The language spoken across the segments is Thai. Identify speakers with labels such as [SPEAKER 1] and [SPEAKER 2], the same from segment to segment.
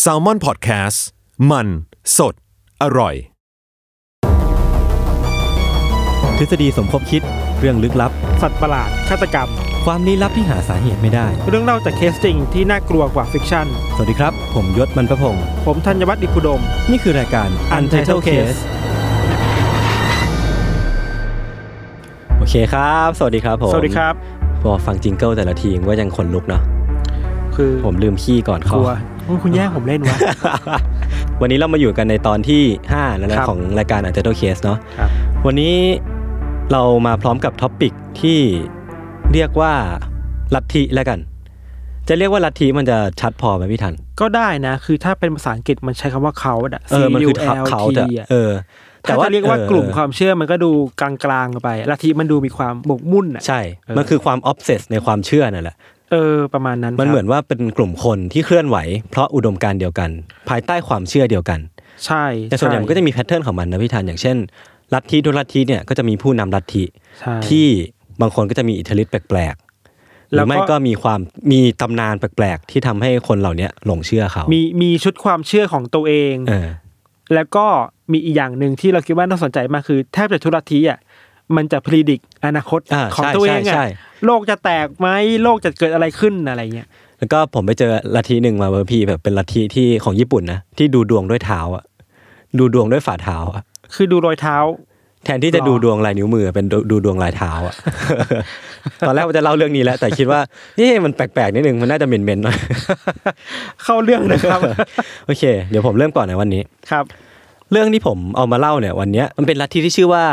[SPEAKER 1] แซลมอนพอดแคสต์มันสดอร่อย
[SPEAKER 2] ทฤษฎีสมคบคิดเรื่องลึกลับ
[SPEAKER 3] สัตว์ประหลาด ฆาตกรรม
[SPEAKER 2] ความลี้ลับที่หาสาเหตุไม่ได้
[SPEAKER 3] เรื่องเล่าจากเคสจริงที่น่ากลัวกว่าฟิกชั่น
[SPEAKER 2] สวัสดีครับ ผมยศมันประพงศ์
[SPEAKER 3] ผมธัญวัฒน์อิพุดม
[SPEAKER 2] นี่คือรายการ Untitled Case โอเคครับ สวัสดีครับผม
[SPEAKER 3] สวัสดีครับ
[SPEAKER 2] พอฟังจิงเกิลแต่ละทีก็ยังขนลุกเนาะ
[SPEAKER 3] คือ
[SPEAKER 2] ผมลืมขี้ก่อน
[SPEAKER 3] ก
[SPEAKER 2] เข้า
[SPEAKER 3] ลัวโอ้ยคุณแย่งผมเล่นวะ
[SPEAKER 2] วันนี้เรามาอยู่กันในตอนที่ 5 แล้วนะครับ ของรายการ Untitled Case เนาะ
[SPEAKER 3] ครับ
[SPEAKER 2] วันนี้เรามาพร้อมกับท็อปิกที่เรียกว่าลัทธิแล้วกัน จะเรียกว่าลัทธิมันจะชัดพอไหมพี่ทัน
[SPEAKER 3] ก็ได้นะ คือถ้าเป็นภาษาอังกฤษมันใช้คำว่าเขาอะ
[SPEAKER 2] เออ มันคือ
[SPEAKER 3] C U L
[SPEAKER 2] เขา
[SPEAKER 3] T
[SPEAKER 2] แต่
[SPEAKER 3] อะ
[SPEAKER 2] เออ
[SPEAKER 3] ถ้าจะเรียกว่า
[SPEAKER 2] ออก
[SPEAKER 3] ลุ่มความเชื่อมันก็ดูกลางๆไปลัทธิมันดูมีความหมกมุ่นอะ
[SPEAKER 2] ใช่
[SPEAKER 3] เออ
[SPEAKER 2] มันคือความออฟเซสในความเชื่อนั่นแหละ
[SPEAKER 3] เออประมาณนั้น
[SPEAKER 2] มัน
[SPEAKER 3] ครับ
[SPEAKER 2] เหมือนว่าเป็นกลุ่มคนที่เคลื่อนไหว เพราะอุดมการณ์เดียวกัน ภายใต้ความเชื่อเดียวกัน
[SPEAKER 3] ใช่
[SPEAKER 2] แต่ส่วนใหญ่มันก็จะมีแพทเทิร์นของมันนะพี่ทันอย่างเช่น ลัทธิทุกลัทธิเนี่ยก็จะมีผู้นำลัทธิ
[SPEAKER 3] ใช่
[SPEAKER 2] ที่บางคนก็จะมีอิทธิฤทธิ์แปลกๆหรือไม่ก็มีความมีตำนานแปลกๆที่ทำให้คนเหล่าเนี้ยหลงเชื่อเขา
[SPEAKER 3] มีมีชุดความเชื่อของตัวเอง
[SPEAKER 2] เออ
[SPEAKER 3] แล้วก็มีอีกอย่างหนึ่งที่เราคิดว่าน่าสนใจมากคือแทบจะทุกลัทธิอ่ะมันจะพิจิตรอนาคต
[SPEAKER 2] อ่า
[SPEAKER 3] ของ
[SPEAKER 2] ใช่
[SPEAKER 3] ตัวเอง
[SPEAKER 2] ใช่
[SPEAKER 3] อ่ะ
[SPEAKER 2] ใช่
[SPEAKER 3] โลกจะแตกไหมโลกจะเกิดอะไรขึ้นอะไรเงี้ย
[SPEAKER 2] แล้วก็ผมไปเจอลัทธิหนึ่งมาเบอร์พี่แบบเป็นลัทธิที่ของญี่ปุ่นนะที่ดูดวงด้วยเท้าอะดูดวงด้วยฝ่าเท้าอะ
[SPEAKER 3] คือดูรอยเท้า
[SPEAKER 2] แทนที่จะ
[SPEAKER 3] หรอ
[SPEAKER 2] ดูดวงลายนิ้วมือเป็นดูดูดวงลายเท้าอะ ตอนแรกว่าจะเล่าเรื่องนี้แหล้วแต่คิดว่าเอ๊ะมันแปลกๆนิดนึงมันน่าจะเหม็นๆหน่อย
[SPEAKER 3] เข้าเรื่องนะครับ
[SPEAKER 2] โอเค เดี๋ยวผมเริ่มก่อนในะวันนี้
[SPEAKER 3] ครับ
[SPEAKER 2] เรื่องที่ผมเอามาเล่าเนี่ยวันเนี้ยมันเป็นลัทธิที่ชื่อว่า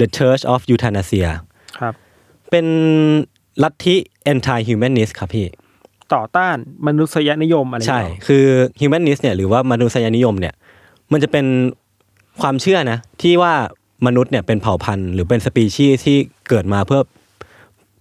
[SPEAKER 2] The Church of Euthanasia
[SPEAKER 3] ครับ
[SPEAKER 2] เป็นลัทธิ anti humanist ครับพี่
[SPEAKER 3] ต่อต้านมนุษยนิยมอะไร
[SPEAKER 2] ใช่
[SPEAKER 3] เงี้ย
[SPEAKER 2] คือ humanist เนี่ยหรือว่ามนุษยนิยมเนี่ย มันจะเป็นความเชื่อนะ ที่ว่ามนุษย์เนี่ยเป็นเผ่าพันธุ์ หรือเป็นสปีชีส์ที่เกิดมาเพื่อ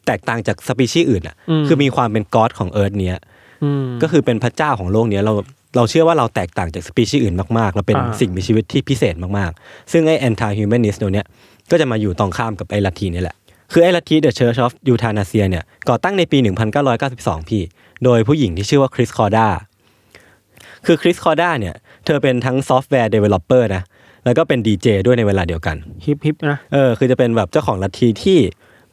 [SPEAKER 2] แตกต่างจากสปีชีส์อื่นอ่ะ คือมีความเป็นก๊อดของเอิร์ธเนี้ย
[SPEAKER 3] อืม
[SPEAKER 2] ก็คือเป็นพระเจ้าของโลกเนี้ยเราเราเชื่อว่าเราแตกต่างจากสปีชีส์อื่นมากๆ เราเป็น
[SPEAKER 3] อ่า
[SPEAKER 2] สิ่งมีชีวิตที่พิเศษมากๆ ซึ่งไอ้ anti humanist ตัวเนี้ยก็จะมาอยู่ตรงข้ามกับไอ้ลัทธินี่แหละ คือไอ้ลัทธิ The Church of Euthanasia เนี่ยก่อตั้งในปี 1992 พี่ โดยผู้หญิงที่ชื่อว่าคริสคอร์ด้าคือคริสคอร์ด้าเนี่ย เธอเป็นทั้งซอฟต์แวร์ developer นะ แล้วก็เป็นดีเจด้วยในเวลาเดียวกัน
[SPEAKER 3] ฮิปฮิปนะ
[SPEAKER 2] เออคือจะเป็นแบบเจ้าของลัทธิที่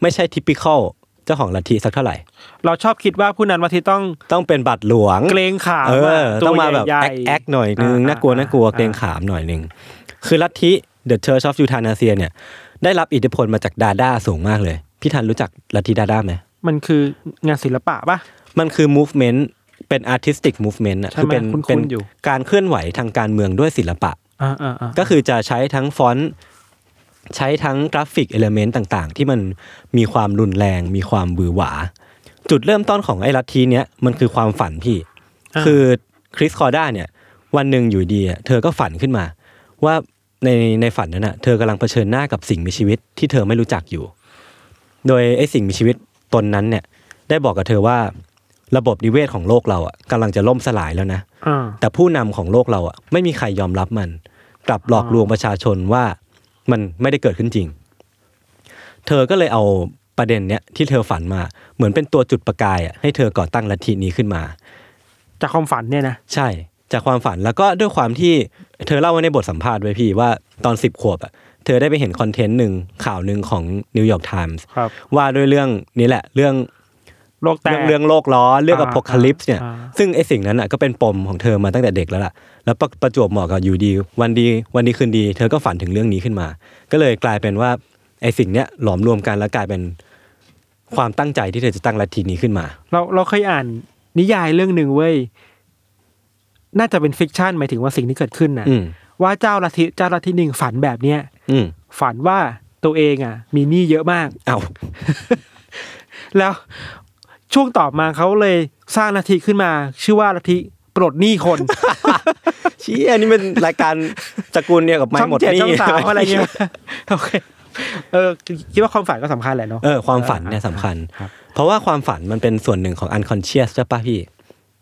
[SPEAKER 2] ไม่ใช่ typical เจ้าของลัทธิสักเท่าไหร่
[SPEAKER 3] เราชอบคิดว่าผู้นั้นว่าที่ต้อง
[SPEAKER 2] ต้องเป็นบัตรหลวง
[SPEAKER 3] เกรงขาม
[SPEAKER 2] เอ
[SPEAKER 3] อะ
[SPEAKER 2] อ
[SPEAKER 3] ว
[SPEAKER 2] ต้องมาแบบ
[SPEAKER 3] ใหญ่
[SPEAKER 2] แอค
[SPEAKER 3] ๆ
[SPEAKER 2] แอคหน่อยนึง
[SPEAKER 3] า
[SPEAKER 2] น่ากลัวน่ากลัว
[SPEAKER 3] อ่
[SPEAKER 2] เกรงขามหน่อยนึง คือลัทธิ The Church of Euthanasia เนี่ย ได้รับอิทธิพลมาจากดาด้าสูงมากเลย พี่ทันรู้จักลัทธิดาด้าไหม
[SPEAKER 3] มันคืองานศิลปะปะ
[SPEAKER 2] มันคือ movement เป็น artistic movement อ่ะ
[SPEAKER 3] ใช่
[SPEAKER 2] คื
[SPEAKER 3] ไหม
[SPEAKER 2] เป็น
[SPEAKER 3] คุ้นๆ
[SPEAKER 2] เป็น
[SPEAKER 3] อยู่
[SPEAKER 2] การเคลื่อนไหวทางการเมืองด้วยศิลปะ
[SPEAKER 3] อ่าอ่าอ่า
[SPEAKER 2] ก็คือจะใช้ทั้งฟอนต์ใช้ทั้งกราฟิกเอลเมนต์ต่างๆ ที่มันมีความรุนแรง มีความบือหวา จุดเริ่มต้นของไอ้ลัทธิเนี้ยมันคือความฝันพี่ คือคริสคอร์ด้าเนี่ยวันหนึ่งอยู่ดีอะเธอก็ฝันขึ้นมา ว่าในในฝันนั้นอะเธอกำลังเผชิญหน้ากับสิ่งมีชีวิตที่เธอไม่รู้จักอยู่ โดยไอ้สิ่งมีชีวิตตนนั้นเนี่ยได้บอกกับเธอว่าระบบนิเวศของโลกเราอะกำลังจะล่มสลายแล้วนะ
[SPEAKER 3] อ่า
[SPEAKER 2] แต่ผู้นำของโลกเราอ่ะไม่มีใครยอมรับมัน กลับหลอกลวงประชาชนว่ามันไม่ได้เกิดขึ้นจริง เธอก็เลยเอาประเด็นเนี้ยที่เธอฝันมา เหมือนเป็นตัวจุดประกายอ่ะให้เธอก่อตั้งลัทธินี้ขึ้นมา
[SPEAKER 3] จากความฝันเนี่ยนะ
[SPEAKER 2] ใช่ จากความฝันแล้วก็ด้วยความที่เธอเล่าไว้ในบทสัมภาษณ์ไว้พี่ว่าตอนสิบขวบอ่ะเธอได้ไปเห็นคอนเทนต์หนึ่งข่าวหนึ่งของนิวยอร์กไทมส์
[SPEAKER 3] ครับ
[SPEAKER 2] ว่าด้วยเรื่องนี้แหละเรื่อง
[SPEAKER 3] โลกแต
[SPEAKER 2] เรื่
[SPEAKER 3] ก
[SPEAKER 2] องเรื่องโลกล้อเรื่องอ
[SPEAKER 3] อ่า
[SPEAKER 2] พอ a ลิปส์เนี่ย
[SPEAKER 3] อ่า
[SPEAKER 2] ซึ่งไอสิ่งนั้นอ่ะก็เป็นปมของเธอมาตั้งแต่เด็กแล้วล่ะแล้วประประจวบเหมาะกับอยู่ดี วันดีวันดีคืนดี เธอก็ฝันถึงเรื่องนี้ขึ้นมา ก็เลยกลายเป็นว่าไอสิ่งเนี้ยหลอมรวมกันแล้วกลายเป็นความตั้งใจที่เธอจะตั้งลัทธินี้ขึ้นมา
[SPEAKER 3] เราเราเคยอ่านนิยายเรื่องหนึ่งเว้ย น่าจะเป็นฟิกชันหมายถึงว่าสิ่งที่เกิดขึ้นนะ
[SPEAKER 2] อืม
[SPEAKER 3] ว่าเจ้าลัทธิเจ้าลัทธิหนึ่งฝันแบบเนี้ย
[SPEAKER 2] อืม
[SPEAKER 3] ฝันว่าตัวเองอ่ะ มีหนี้เยอะมาก
[SPEAKER 2] เอา
[SPEAKER 3] แล้วช่วงต่อมาเขาเลยสร้างลัทธิขึ้นมา ชื่อว่าลัทธิปลดหนี้คน
[SPEAKER 2] เชี่ยนี่เป็นรายการตระกูลเนี่ย กับไม่
[SPEAKER 3] ช่อง
[SPEAKER 2] หมด
[SPEAKER 3] เจ็ด
[SPEAKER 2] นี่
[SPEAKER 3] ช่องสามอะไรเงี้ ยโอเคเออคิดว่าความฝันก็สำคัญแหละเนาะ
[SPEAKER 2] เออความฝันเนี่ยสำคัญ
[SPEAKER 3] ครับ
[SPEAKER 2] เพราะว่าความฝันมันเป็นส่วนหนึ่งของ unconscious ใช่ปะพี่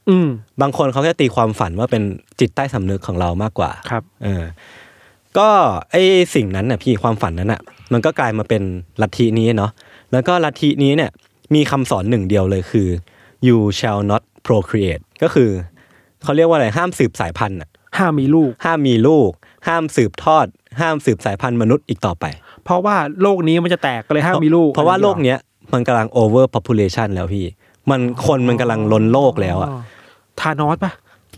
[SPEAKER 3] อืม
[SPEAKER 2] บางคนเขาจะตีความฝันว่าเป็นจิตใต้สำนึกของเรามากกว่า
[SPEAKER 3] ครับ
[SPEAKER 2] เออ ก็ไอสิ่งนั้นน่ะพี่ความฝันนั้นน่ะ มันก็กลายมาเป็นลัทธินี้เนาะ แล้วก็ลัทธินี้เนี่ย มีคำสอนหนึ่งเดียวเลยคือ you shall not procreate ก็คือ เขาเรียกว่าอะไรห้ามสืบสายพันธุ์น่ะ
[SPEAKER 3] ห้ามมีลูก
[SPEAKER 2] ห้ามมีลูก ห้ามสืบทอด ห้ามสืบสายพันธุ์มนุษย์อีกต่อไป
[SPEAKER 3] เพราะว่าโลกนี้มันจะแตกก็เลยห้ามมีลูก
[SPEAKER 2] เพราะว่าโลกเนี้ยมันกำลัง over population แล้วพี่ มันคนมันกำลังล้นโลกแล้วอะ
[SPEAKER 3] ทานอสปะ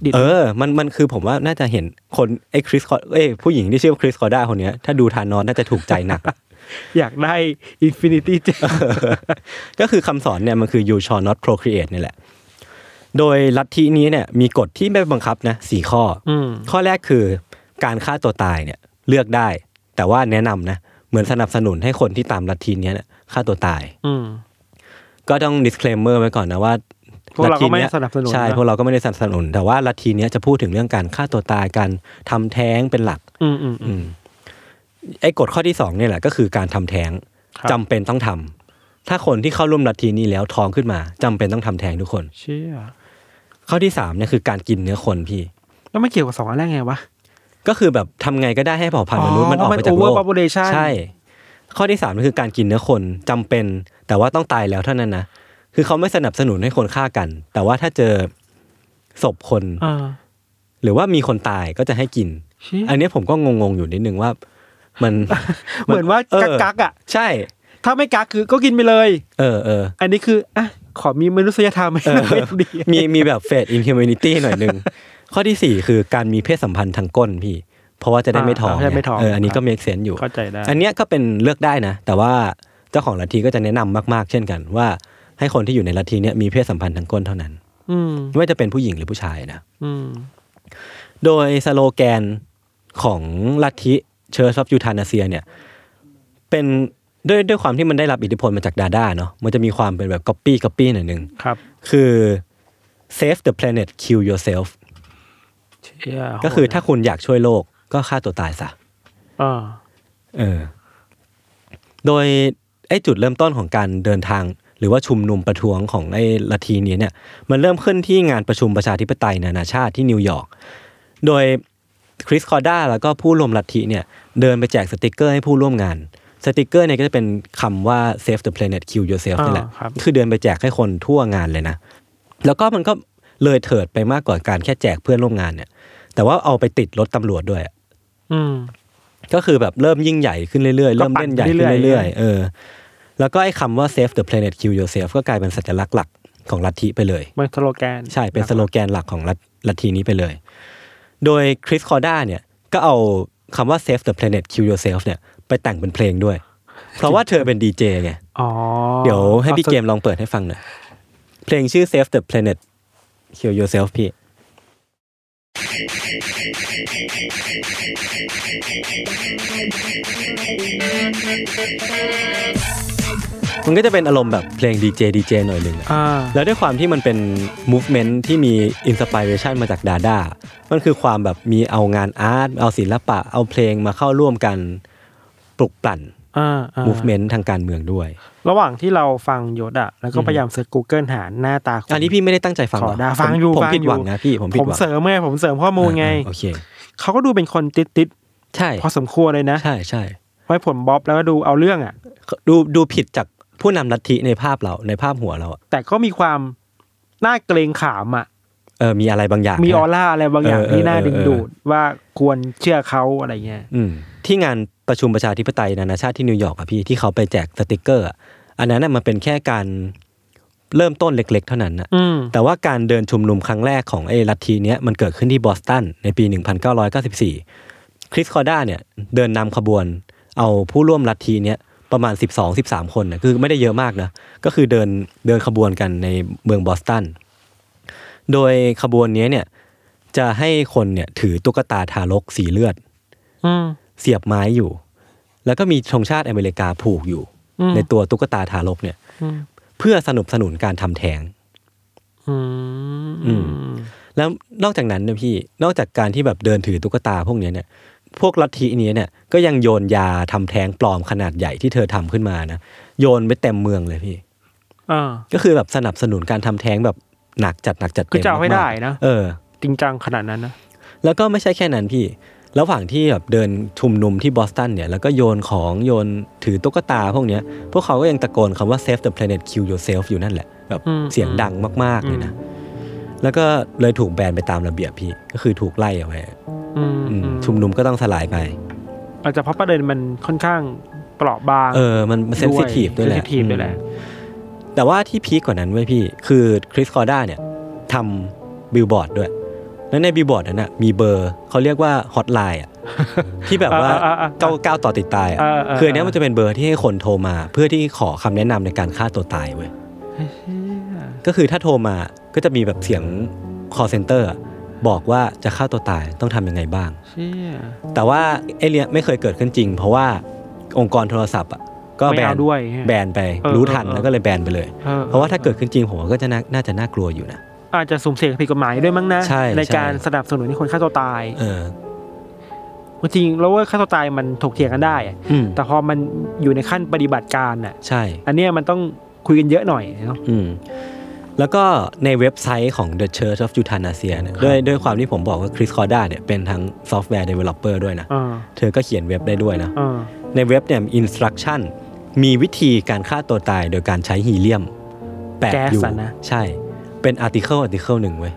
[SPEAKER 3] ดิด
[SPEAKER 2] เออ มัน มันคือผมว่าน่าจะเห็นคนไอ้คริสคอเอ้ยผู้หญิงที่ชื่อว่าคริสคอด้าคนเนี้ย ถ้าดูทานอนน่าจะถูกใจหนักอะ
[SPEAKER 3] อยากได้อินฟินิตี้เจม
[SPEAKER 2] ก็คือคำสอนเนี่ยมันคือ you shall not procreate นี่แหละ โดยลัทธินี้เนี่ยมีกฎที่ไม่บังคับนะสี่ข้ออ
[SPEAKER 3] อืม
[SPEAKER 2] ข้อแรกคือการฆ่าตัวตายเนี่ยเลือกได้ แต่ว่าแนะนำนะ เหมือนสนับสนุนให้คนที่ตามลัทธิเนี้ยเนี่ยฆ่าตัวตาย
[SPEAKER 3] อืม
[SPEAKER 2] ก็ต้อง disclaimer ไว้ก่อนนะว่า
[SPEAKER 3] พวกเราก็ไม่
[SPEAKER 2] ลัทธิย
[SPEAKER 3] สนับสนุน
[SPEAKER 2] ใช่
[SPEAKER 3] นะ
[SPEAKER 2] พวกเราก็ไม่ได้สนับสนุน แต่ว่าลัทธิเนี้ยจะพูดถึงเรื่องการฆ่าตัวตายการทำแท้งเป็นหลัก
[SPEAKER 3] อืมอืมอืม
[SPEAKER 2] ไอ้กฎข้อที่สองเนี่ยแหละก็คือการทำแท้ง
[SPEAKER 3] ครับ
[SPEAKER 2] จำเป็นต้องทำถ้าคนที่เข้าร่วมลัทธินี้แล้วท้องขึ้นมาจำเป็นต้องทำแท้งทุกคน
[SPEAKER 3] เชี่ย
[SPEAKER 2] ข้อที่สามเนี่ยคือการกินเนื้อคนพี่
[SPEAKER 3] แล้วไม่เกี่ยวกับสองอันแรกไงวะ
[SPEAKER 2] ก็คือแบบทำไงก็ได้ให้เผ่าพันธุ์มนุษย์มันออก
[SPEAKER 3] อ๋อมั
[SPEAKER 2] ไป
[SPEAKER 3] น
[SPEAKER 2] จากโลก
[SPEAKER 3] overpopulation
[SPEAKER 2] ใช่ ข้อที่สามก็คือการกินเนื้อคนจำเป็น แต่ว่าต้องตายแล้วเท่านั้นนะคือเขาไม่สนับสนุนให้คนฆ่ากัน แต่ว่าถ้าเจอศพคน
[SPEAKER 3] อ่า
[SPEAKER 2] หรือว่ามีคนตายก็จะให้กิน
[SPEAKER 3] เชี่ย
[SPEAKER 2] อันเนี้ยผมก็งงๆอยู่นิดนึงว่า มัน
[SPEAKER 3] เหมือนว่า
[SPEAKER 2] เออ
[SPEAKER 3] กักกักๆอ่ะ
[SPEAKER 2] ใช่
[SPEAKER 3] ถ้าไม่กักคือก็กินไปเลย
[SPEAKER 2] เออเออ
[SPEAKER 3] อันนี้คืออ่ะขอมีมนุษยธรรมไม่
[SPEAKER 2] เออ
[SPEAKER 3] ดี
[SPEAKER 2] มีมีแบบเฟดอินเ u อร์มินิตี้หน่อยหนึ่ง ข้อที่สี่คือการมีเพศสัมพันธ์ทางก้นพี่ เพราะว่าจะได้ไม่ท้อง
[SPEAKER 3] าจะได้ไม่ท้อง
[SPEAKER 2] เอออันนี้
[SPEAKER 3] ครั
[SPEAKER 2] ก็
[SPEAKER 3] บ
[SPEAKER 2] เมคเซนอยู่
[SPEAKER 3] เข้าใจได้
[SPEAKER 2] อันเนี้ยก็เป็นเลือกได้นะ แต่ว่าเจ้าของลัทธิก็จะแนะนำมากๆ เช่นกัน ว่าให้คนที่อยู่ในลัทธิเนี้ยมีเพศสัมพันธ์ทางก้นเท่านั้น
[SPEAKER 3] อืม
[SPEAKER 2] ไม่ว่าจะเป็นผู้หญิงหรือผู้ชายนะ
[SPEAKER 3] อืม
[SPEAKER 2] โดยสโลแกนของลัทธิเช r ร์ชออฟยูทานาเซียเนี่ยเป็นด้วยด้วยความที่มันได้รับอิทธิพลมาจากดาด้าเนาะมันจะมีความเป็นแบบก๊อปปี้ก๊อปปี้หน่อยหนึง
[SPEAKER 3] ครับ
[SPEAKER 2] คือ save the planet kill yourself
[SPEAKER 3] เชี่ย
[SPEAKER 2] ก็คือถ้าคุณอยากช่วยโลกก็ฆ่าตัวตายซะ
[SPEAKER 3] อ่า
[SPEAKER 2] เออ โดยไอ้จุดเริ่มต้นของการเดินทาง หรือว่าชุมนุมประท้วงของไอ้ลัทธินี้เนี่ย มันเริ่มขึ้นที่งานประชุมประชาธิปไตยนานาชาติที่นิวยอร์ก โดยคริสคอร์ด้าแล้วก็ผู้ร่วมลัทธิเนี่ย เดินไปแจกสติกเกอร์ให้ผู้ร่วมงาน สติกเกอร์เนี่ยก็จะเป็นคำว่า save the planet kill yourself นี่แหละ
[SPEAKER 3] อ่าครับ
[SPEAKER 2] คือเดินไปแจกให้คนทั่วงานเลยนะ แล้วก็มันก็เลยเถิดไปมากกว่าการแค่แจกเพื่อนร่วมงานเนี่ย แต่ว่าเอาไปติดรถตำรวจด้วยอะ
[SPEAKER 3] อืม
[SPEAKER 2] ก็คือแบบเริ่มยิ่งใหญ่ขึ้นเรื่อยๆ
[SPEAKER 3] ก็
[SPEAKER 2] เริ่ม
[SPEAKER 3] ปั่
[SPEAKER 2] เล่
[SPEAKER 3] น
[SPEAKER 2] น
[SPEAKER 3] ไป
[SPEAKER 2] ใหญ่ขึ้น
[SPEAKER 3] เรื่
[SPEAKER 2] เรื่
[SPEAKER 3] อ
[SPEAKER 2] อย ยๆ เออ แล้วก็ไอ้คำว่า save the planet kill yourself ก็กลายเป็นสัญลักษณ์หลักของลัทธิไปเลย
[SPEAKER 3] มันสโลแกน
[SPEAKER 2] ใช่ เป็นสโลแกนหลักของลัทลัทธินี้ไปเลย โดยคริสคอร์ด้าเนี่ย ก็เอาคำว่า save the planet kill yourself เนี่ย ไปแต่งเป็นเพลงด้วย เพราะว่าเธอเป็นดีเจไง
[SPEAKER 3] อ๋อ
[SPEAKER 2] เดี๋ยวให้พี่เกมลองเปิดให้ฟังหน่อย เพลงชื่อ save the planet kill yourself พี่ มันก็จะเป็นอารมณ์แบบเพลงดีเจดีเจหน่อยหนึ่งอะ
[SPEAKER 3] อ่า
[SPEAKER 2] แล้วด้วยความที่มันเป็น movement ที่มีอินสปิเรชันมาจากดาด้า มันคือความแบบมีเอางานอาร์ต เอาศิลปะ เอาเพลงมาเข้าร่วมกันปลุกปั่น
[SPEAKER 3] อ่าอ่า
[SPEAKER 2] movement ทางการเมืองด้วย
[SPEAKER 3] ระหว่างที่เราฟังยศอ่ะ แล้วก็พยายามเสิร์ช Google หาหน้าตาขง
[SPEAKER 2] อันนี้พี่ไม่ได้ตั้งใจฟัง
[SPEAKER 3] ข
[SPEAKER 2] ห
[SPEAKER 3] อ
[SPEAKER 2] รอ
[SPEAKER 3] ดาฟัง
[SPEAKER 2] ผม
[SPEAKER 3] อยู่
[SPEAKER 2] ผม
[SPEAKER 3] ฟัง
[SPEAKER 2] ผิดห
[SPEAKER 3] อยู่
[SPEAKER 2] วังนะพี่ผมผิด
[SPEAKER 3] ผม
[SPEAKER 2] หวัง
[SPEAKER 3] เสริมไงผมเสริมข้อมูลไง
[SPEAKER 2] โอเค
[SPEAKER 3] เขาก็ดูเป็นคนติดติด
[SPEAKER 2] ใช่
[SPEAKER 3] ๆพอสมควรเลยนะ
[SPEAKER 2] ใช่ใช่
[SPEAKER 3] ไว้ผมบ๊อบแล้วก็ดูเอาเรื่องอ่ะ
[SPEAKER 2] ดูดูผิดจากผู้นำลัทธิในภาพเราในภาพหัวเราอะ
[SPEAKER 3] แต่ก็มีความน่าเกรงขามอ่ะ
[SPEAKER 2] เออมีอะไรบางอย่าง
[SPEAKER 3] มีอ
[SPEAKER 2] นะ
[SPEAKER 3] อร่าอะไรบางอย่าง
[SPEAKER 2] เออเออ
[SPEAKER 3] ที่น่าดึง
[SPEAKER 2] เออ
[SPEAKER 3] ดูดว่าควรเชื่อเขาอะไรเงี้ย
[SPEAKER 2] อืมที่งานประชุมประชาธิปไตยนานาชาติที่นิวยอร์กอะพี่ที่เขาไปแจกสติกเกอร์อะอันนั้นน่ะมันเป็นแค่การ เริ่มต้นเล็ก ๆ เท่านั้นนะ
[SPEAKER 3] อืม
[SPEAKER 2] แต่ว่าการเดินชุมนุมครั้งแรกของไอ้ลัทธิเนี้ยมันเกิดขึ้นที่บอสตันในปี 1994 คริสคอร์ด้าเนี่ยเดินนำขบวน เอาผู้ร่วมลัทธิเนี้ยประมาณ 12-13 คนนะคือไม่ได้เยอะมากนะก็คือเดินเดินขบวนกันในเมืองบอสตัน โดยขบวนเนี้ยเนี่ยจะให้คนเนี่ยถือตุ๊กตาทารกสีเลือด
[SPEAKER 3] อืม
[SPEAKER 2] เสียบไม้อยู่ แล้วก็มีธงชาติอเมริกาผูกอยู่
[SPEAKER 3] อืม
[SPEAKER 2] ในตัวตุ๊กตาทารกเนี่ย
[SPEAKER 3] อืม
[SPEAKER 2] เพื่อสนับสนุนการทำแท้ง
[SPEAKER 3] อื
[SPEAKER 2] อืม
[SPEAKER 3] ม
[SPEAKER 2] แล้วนอกจากนั้นเนี่ยพี่ นอกจากการที่แบบเดินถือตุ๊กตาพวกเนี้ยเนี่ย พวกลัทธินี้เนี่ยก็ยังโยนยาทำแท้งปลอมขนาดใหญ่ที่เธอทำขึ้นมานะ โยนไปเต็มเมืองเลยพี่
[SPEAKER 3] อ่า
[SPEAKER 2] ก็คือแบบสนับสนุนการทำแท้งแบบหนักจัดหนักจัดเต็ม
[SPEAKER 3] คือจะเอาให้
[SPEAKER 2] มกๆ
[SPEAKER 3] ได้นะ
[SPEAKER 2] เออ
[SPEAKER 3] จริงจังขนาดนั้นนะ
[SPEAKER 2] แล้วก็ไม่ใช่แค่นั้นพี่ ระหว่างที่แบบเดินชุมนุมที่บอสตันเนี่ย แล้วก็โยนของโยนถือตุ๊กตาพวกเนี้ย พวกเขาก็ยังตะโกนคำว่า save the planet kill yourself อยู่นั่นแหละ แบบเสียงดังมาก ๆ เลยนะ แล้วก็เลยถูกแบนไปตามระเบียบพี่ ก็คือถูกไล่เอาไว้
[SPEAKER 3] อืม
[SPEAKER 2] อืมชุมนุมก็ต้องสลายไป
[SPEAKER 3] อาจจะเพราะประเด็นมันค่อนข้างเปราะบาง
[SPEAKER 2] เออ มันเซนซิทีฟด้วยแหละ
[SPEAKER 3] เซนซิทีฟด้วยแหละ
[SPEAKER 2] แต่ว่าที่พีคกว่านั้นเว้ยพี่ คือคริสคอร์ด้าเนี่ยทำบิลบอร์ดด้วย แล้วในบิลบอร์ดนั้นน่ะมีเบอร์เขาเรียกว่าฮอตไลน์ อ่ะ ที่แบบว่า
[SPEAKER 3] อ่าอ่าอ่า
[SPEAKER 2] เก้าเก้าต่อติดตายอ่ะ
[SPEAKER 3] อ่าอ่าอ่า
[SPEAKER 2] คืออันเนี้ยมันจะเป็นเบอร์ที่ให้คนโทรมา เพื่อที่ขอคำแนะนำในการฆ่าตัวตายเว้ยก็คือถ้าโทรมาก็จะมีแบบเสียง call center อะบอกว่าจะฆ่าตัวตายต้องทำยังไงบ้าง
[SPEAKER 3] เชี่ย
[SPEAKER 2] แต่ว่าไอเนี้ยไม่เคยเกิดขึ้นจริง เพราะว่าองค์กรโทรศัพท์อ่ะก็
[SPEAKER 3] ไม่
[SPEAKER 2] แบน
[SPEAKER 3] เอาด้วยฮะ
[SPEAKER 2] แบนไป
[SPEAKER 3] เออ
[SPEAKER 2] รู้ทัน
[SPEAKER 3] เออ
[SPEAKER 2] แล้วก็เลยแบนไปเลย
[SPEAKER 3] ออ
[SPEAKER 2] เพราะว่าถ้าเกิดขึ้นจริงผมว่าก็จะน่าน่าจะน่ากลัวอยู่นะ
[SPEAKER 3] อาจจะสุ่มเสี่ยงผิดกฎหมายด้วยมั้งนะ
[SPEAKER 2] ใช่ใช่
[SPEAKER 3] การสนับสนุนให้คนฆ่าตัวตาย
[SPEAKER 2] เออ
[SPEAKER 3] จริงๆแล้วว่าฆ่าตัวตายมันถกเถียงกันได้อะ
[SPEAKER 2] อืม
[SPEAKER 3] แต่พอมันอยู่ในขั้นปฏิบัติการน่ะ
[SPEAKER 2] ใช่
[SPEAKER 3] อันเนี้ยมันต้องคุยกันเยอะหน่อยเนาะ
[SPEAKER 2] อืม แล้วก็ในเว็บไซต์ของ The Church of Euthanasia เนี่ย
[SPEAKER 3] ครับ
[SPEAKER 2] ด้วยด้วยความที่ผมบอกว่าคริสคอร์ด้าเนี่ยเป็นทั้งซอฟต์แวร์เดเวลลอปเปอร์ด้วยนะ
[SPEAKER 3] อ่า
[SPEAKER 2] เธอก็เขียนเว็บได้ด้วยนะ
[SPEAKER 3] อ่า
[SPEAKER 2] ในเว็บเนี่ยอินสตรักชั่นมีวิธีการฆ่าตัวตายโดยการใช้ฮีเลียมแปะ
[SPEAKER 3] แก๊ส
[SPEAKER 2] อยู่
[SPEAKER 3] อะนะ
[SPEAKER 2] ใช่ เป็นอาร์ติเคิลอาร์ติเคิลหนึ่งเว้ย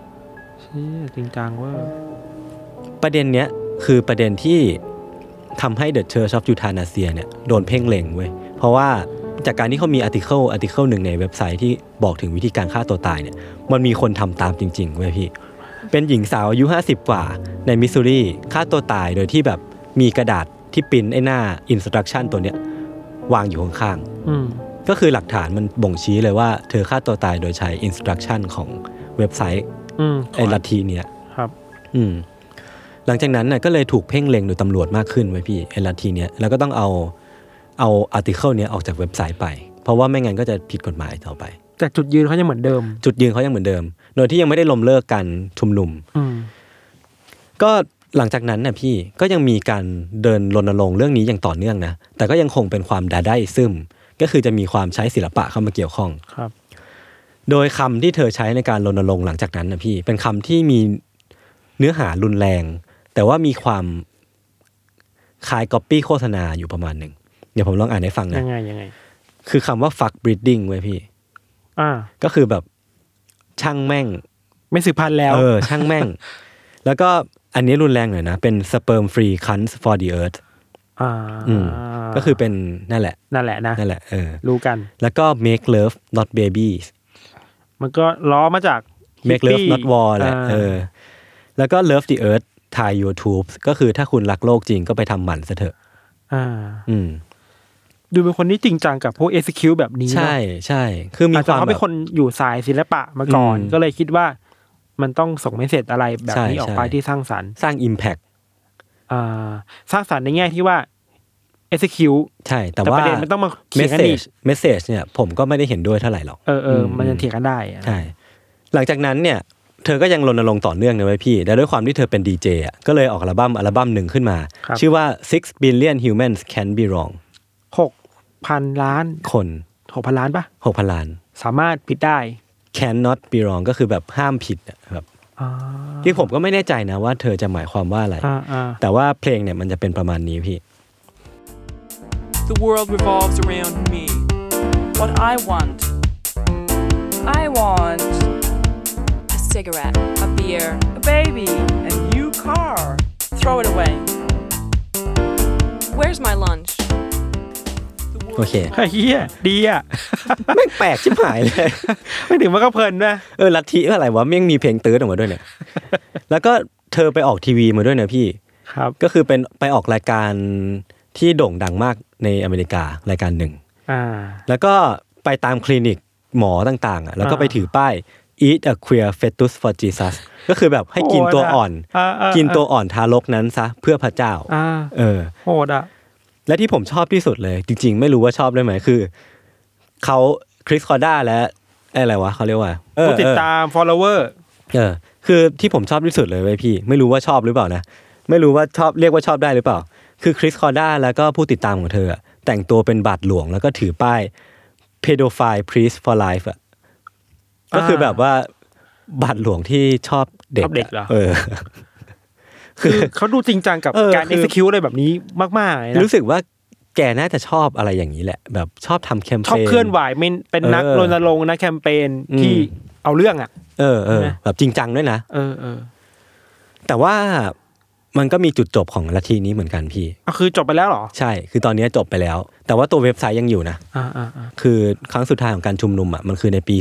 [SPEAKER 3] เชี่ยจริงจังเว่า
[SPEAKER 2] ประเด็นเนี้ยคือประเด็นที่ทำให้เดอะเชอร์ชอ o ยูทานาเซียเนี่ยโดนเพ่งเล็งเว้ย เพราะว่าจากการที่เขามีอาร์ติเคิลอาร์ติเคิลหนึ่งในเว็บไซต์ที่บอกถึงวิธีการฆ่าตัวตายเนี่ย มันมีคนทำตามจริงๆเว้ยพี่ เป็นหญิงสาวอายุ 50 กว่าในมิสซูรีฆ่าตัวตายโดยที่แบบมีกระดาษที่ปริ้นไอ้หน้าอินสตรักชั่นตัวเนี้ยวางอยู่ข้าง
[SPEAKER 3] อืม
[SPEAKER 2] ๆ ก็คือหลักฐานมันบ่งชี้เลยว่าเธอฆ่าตัวตายโดยใช้อินสตรักชั่นของเว็บไซต์
[SPEAKER 3] อืม
[SPEAKER 2] ไอ้ลัทธิเนี่ย
[SPEAKER 3] ครับ
[SPEAKER 2] อืมหลังจากนั้นน่ะก็เลยถูกเพ่งเล็งโดยตำรวจมากขึ้นไว้ยพี่ไอ้ลัทธิเนี้ยแล้วก็ต้องเอาเอาอาร์ติเคิลเนี้ยออกจากเว็บไซต์ไป เพราะว่าไม่งั้นก็จะผิดกฎหมายต่อไป
[SPEAKER 3] แต่จุดยืนเขายังเหมือนเดิม
[SPEAKER 2] จุดยืนเขายังเหมือนเดิม โดยที่ยังไม่ได้ล้มเลิกการชุมนุม
[SPEAKER 3] อืม
[SPEAKER 2] ก็หลังจากนั้นน่ะพี่ก็ยังมีการเดินรณรงค์เรื่องนี้อย่างต่อเนื่องนะแต่ก็ยังคงเป็นความดาได้ซึมก็คือจะมีความใช้ศิลปะเข้ามาเกี่ยวข้อง
[SPEAKER 3] ครับ
[SPEAKER 2] โดยคำที่เธอใช้ในการรณรงค์หลังจากนั้นนะพี่ เป็นคำที่มีเนื้อหารุนแรง แต่ว่ามีความคล้ายก๊อปปี้โฆษณาอยู่ประมาณหนึ่งเดี๋ยวผมลองอ่านให้ฟัง
[SPEAKER 3] ยั
[SPEAKER 2] นะ
[SPEAKER 3] งไงยังไง
[SPEAKER 2] คือคำว่า fuck breeding เว้ยพี่
[SPEAKER 3] อ่า
[SPEAKER 2] ก็คือแบบช่างแม่ง
[SPEAKER 3] ไม่สืบพันธุ์แล้ว
[SPEAKER 2] เออ ช่างแม่ง แล้วก็อันนี้รุนแรงหน่อยนะ เป็น sperm free cunts for the earth
[SPEAKER 3] อ่า
[SPEAKER 2] อืม ก็คือเป็นนั่นแหละ
[SPEAKER 3] นั่นแหละนะ
[SPEAKER 2] นั่นแหละเออ
[SPEAKER 3] รู้กัน
[SPEAKER 2] แล้วก็ make love not babies
[SPEAKER 3] มันก็ล้อมาจาก
[SPEAKER 2] Make Love
[SPEAKER 3] hippie
[SPEAKER 2] Not War แหละ
[SPEAKER 3] า
[SPEAKER 2] เออ แล้วก็ Love the Earth ทาย YouTube ก็คือถ้าคุณรักโลกจริงก็ไปทำหมันซะเถอะ
[SPEAKER 3] อ่า
[SPEAKER 2] อืม
[SPEAKER 3] ดูเป็นคนที่จริงจังกับพวก SQ แบบนี้
[SPEAKER 2] ใช่
[SPEAKER 3] เน
[SPEAKER 2] ใช่ คือ
[SPEAKER 3] อะ
[SPEAKER 2] มี
[SPEAKER 3] อาจ
[SPEAKER 2] ค
[SPEAKER 3] จะ
[SPEAKER 2] วาม
[SPEAKER 3] เขา
[SPEAKER 2] แบ
[SPEAKER 3] เป็น
[SPEAKER 2] บ
[SPEAKER 3] คนอยู่สายศิลปะมาก่อน
[SPEAKER 2] อืม
[SPEAKER 3] ก็เลยคิดว่า มันต้องส่งเมสเซจอะไรแบบนี้
[SPEAKER 2] ใช่
[SPEAKER 3] ออกไป
[SPEAKER 2] ใช่
[SPEAKER 3] ที่สร้างสรรค์
[SPEAKER 2] สร้าง Impact
[SPEAKER 3] อ่าสร้างสรรค์ในแง่ที่ว่า SQ
[SPEAKER 2] ใช่ แต่
[SPEAKER 3] แต่
[SPEAKER 2] ว่า
[SPEAKER 3] ประเด็นมันต้องมาเขียนกันอีก
[SPEAKER 2] message message เนี่ย ผมก็ไม่ได้เห็นด้วยเท่าไหร่หรอก
[SPEAKER 3] เออเอออ
[SPEAKER 2] ม
[SPEAKER 3] มันยังเถียงกันได้อะ
[SPEAKER 2] ใช่ หลังจากนั้นเนี่ย เธอก็ยังรณรงค์ต่อเนื่องนะเว้ยพี่ และด้วยความที่เธอเป็นดีเจอ่ะก็เลยออกอัลบั้มอัลบั้มหนึ่งขึ้นมา ชื่อว่า six billion humans can be wrong
[SPEAKER 3] หกพันล้าน
[SPEAKER 2] คน
[SPEAKER 3] หกพันล้านปะ
[SPEAKER 2] หกพันล้าน
[SPEAKER 3] สามารถผิดได้
[SPEAKER 2] can not be wrong ก็คือแบบห้ามผิดอะแบบ
[SPEAKER 3] อ่า
[SPEAKER 2] ที่ผมก็ไม่แน่ใจนะว่าเธอจะหมายความว่าอะไร
[SPEAKER 3] อ่าอ่า
[SPEAKER 2] แต่ว่าเพลงเนี่ยมันจะเป็นประมาณนี้พี่
[SPEAKER 4] The world revolves around me.
[SPEAKER 5] What I want. I want a cigarette, a beer, a baby,
[SPEAKER 4] A new car.
[SPEAKER 5] throw it away. Where's my lunch?
[SPEAKER 4] The world
[SPEAKER 2] โอเค
[SPEAKER 3] ไอ้เฮียดีอ่ะ
[SPEAKER 2] ไม่งแปลกชิบหายเลย
[SPEAKER 3] ไม่ถึงมันก็เพลินนะ
[SPEAKER 2] เออลัทธิอะไรวะแม่งมีเพลงตื้อออกมาด้วยเนี่ย แล้วก็เธอไปออกทีวีมาด้วยนะพี่
[SPEAKER 3] ครับ
[SPEAKER 2] ก็คือเป็นไปออกรายการที่โด่งดังมากในอเมริการายการหนึ่ง
[SPEAKER 3] อ่า
[SPEAKER 2] แล้วก็ไปตามคลินิกหมอต่างๆอ่ะแล้วก็ไปถือป้าย eat a queer fetus for Jesus ก็คือแบบให้กินตัวอ่อน
[SPEAKER 3] โหดอ่ะอ่ะอ่ะ
[SPEAKER 2] กินตัวอ่อนทารกนั้นซะเพื่อพระเจ้า
[SPEAKER 3] อ่า
[SPEAKER 2] เออ
[SPEAKER 3] โหดอ่ะ
[SPEAKER 2] และที่ผมชอบที่สุดเลย จริง ๆ ไม่รู้ว่าชอบได้ไหมคือเขาคริสคอร์ด้าและไอ้อะไรวะเขาเรียกว่าเออ
[SPEAKER 3] ผู้ติดตาม follower
[SPEAKER 2] เออ คือที่ผมชอบที่สุดเลยเว้ยพี่ ไม่รู้ว่าชอบหรือเปล่านะ ไม่รู้ว่าชอบเรียกว่าชอบได้หรือเปล่า คือคริสคอร์ด้าแล้วก็ผู้ติดตามของเธออะแต่งตัวเป็นบาทหลวงแล้วก็ถือป้าย pedophile priest for life อะก็คือแบบว่าบาทหลวงที่ชอบเด็ก
[SPEAKER 3] ชอบเด็กเหรอ
[SPEAKER 2] เอ อ
[SPEAKER 3] คือเขาดูจริงจังกับ
[SPEAKER 2] เออ
[SPEAKER 3] การ
[SPEAKER 2] คือ
[SPEAKER 3] execute อะไรแบบนี้มากๆเลยนะ
[SPEAKER 2] รู้สึกว่าแกน่าจะชอบอะไรอย่างนี้แหละ แบบชอบทำแคมเปญ
[SPEAKER 3] ชอบเคลื่อนไหวเป็นเป็นนัก
[SPEAKER 2] เออ
[SPEAKER 3] รณรงค์นะแคมเปญ
[SPEAKER 2] อืม
[SPEAKER 3] ที่เอาเรื่องอ่ะ
[SPEAKER 2] เออเออ
[SPEAKER 3] ใช่ไหม
[SPEAKER 2] แบบจริงจังด้วยนะ
[SPEAKER 3] เออเออ
[SPEAKER 2] แต่ว่ามันก็มีจุดจบของลัทธินี้เหมือนกันพี่
[SPEAKER 3] อ่ะคือจบไปแล้วเหรอ
[SPEAKER 2] ใช่ คือตอนนี้จบไปแล้ว แต่ว่าตัวเว็บไซต์ยังอยู่นะ
[SPEAKER 3] อ่าอ่าอ่า
[SPEAKER 2] คือครั้งสุดท้ายของการชุมนุมอ่ะมันคือในปี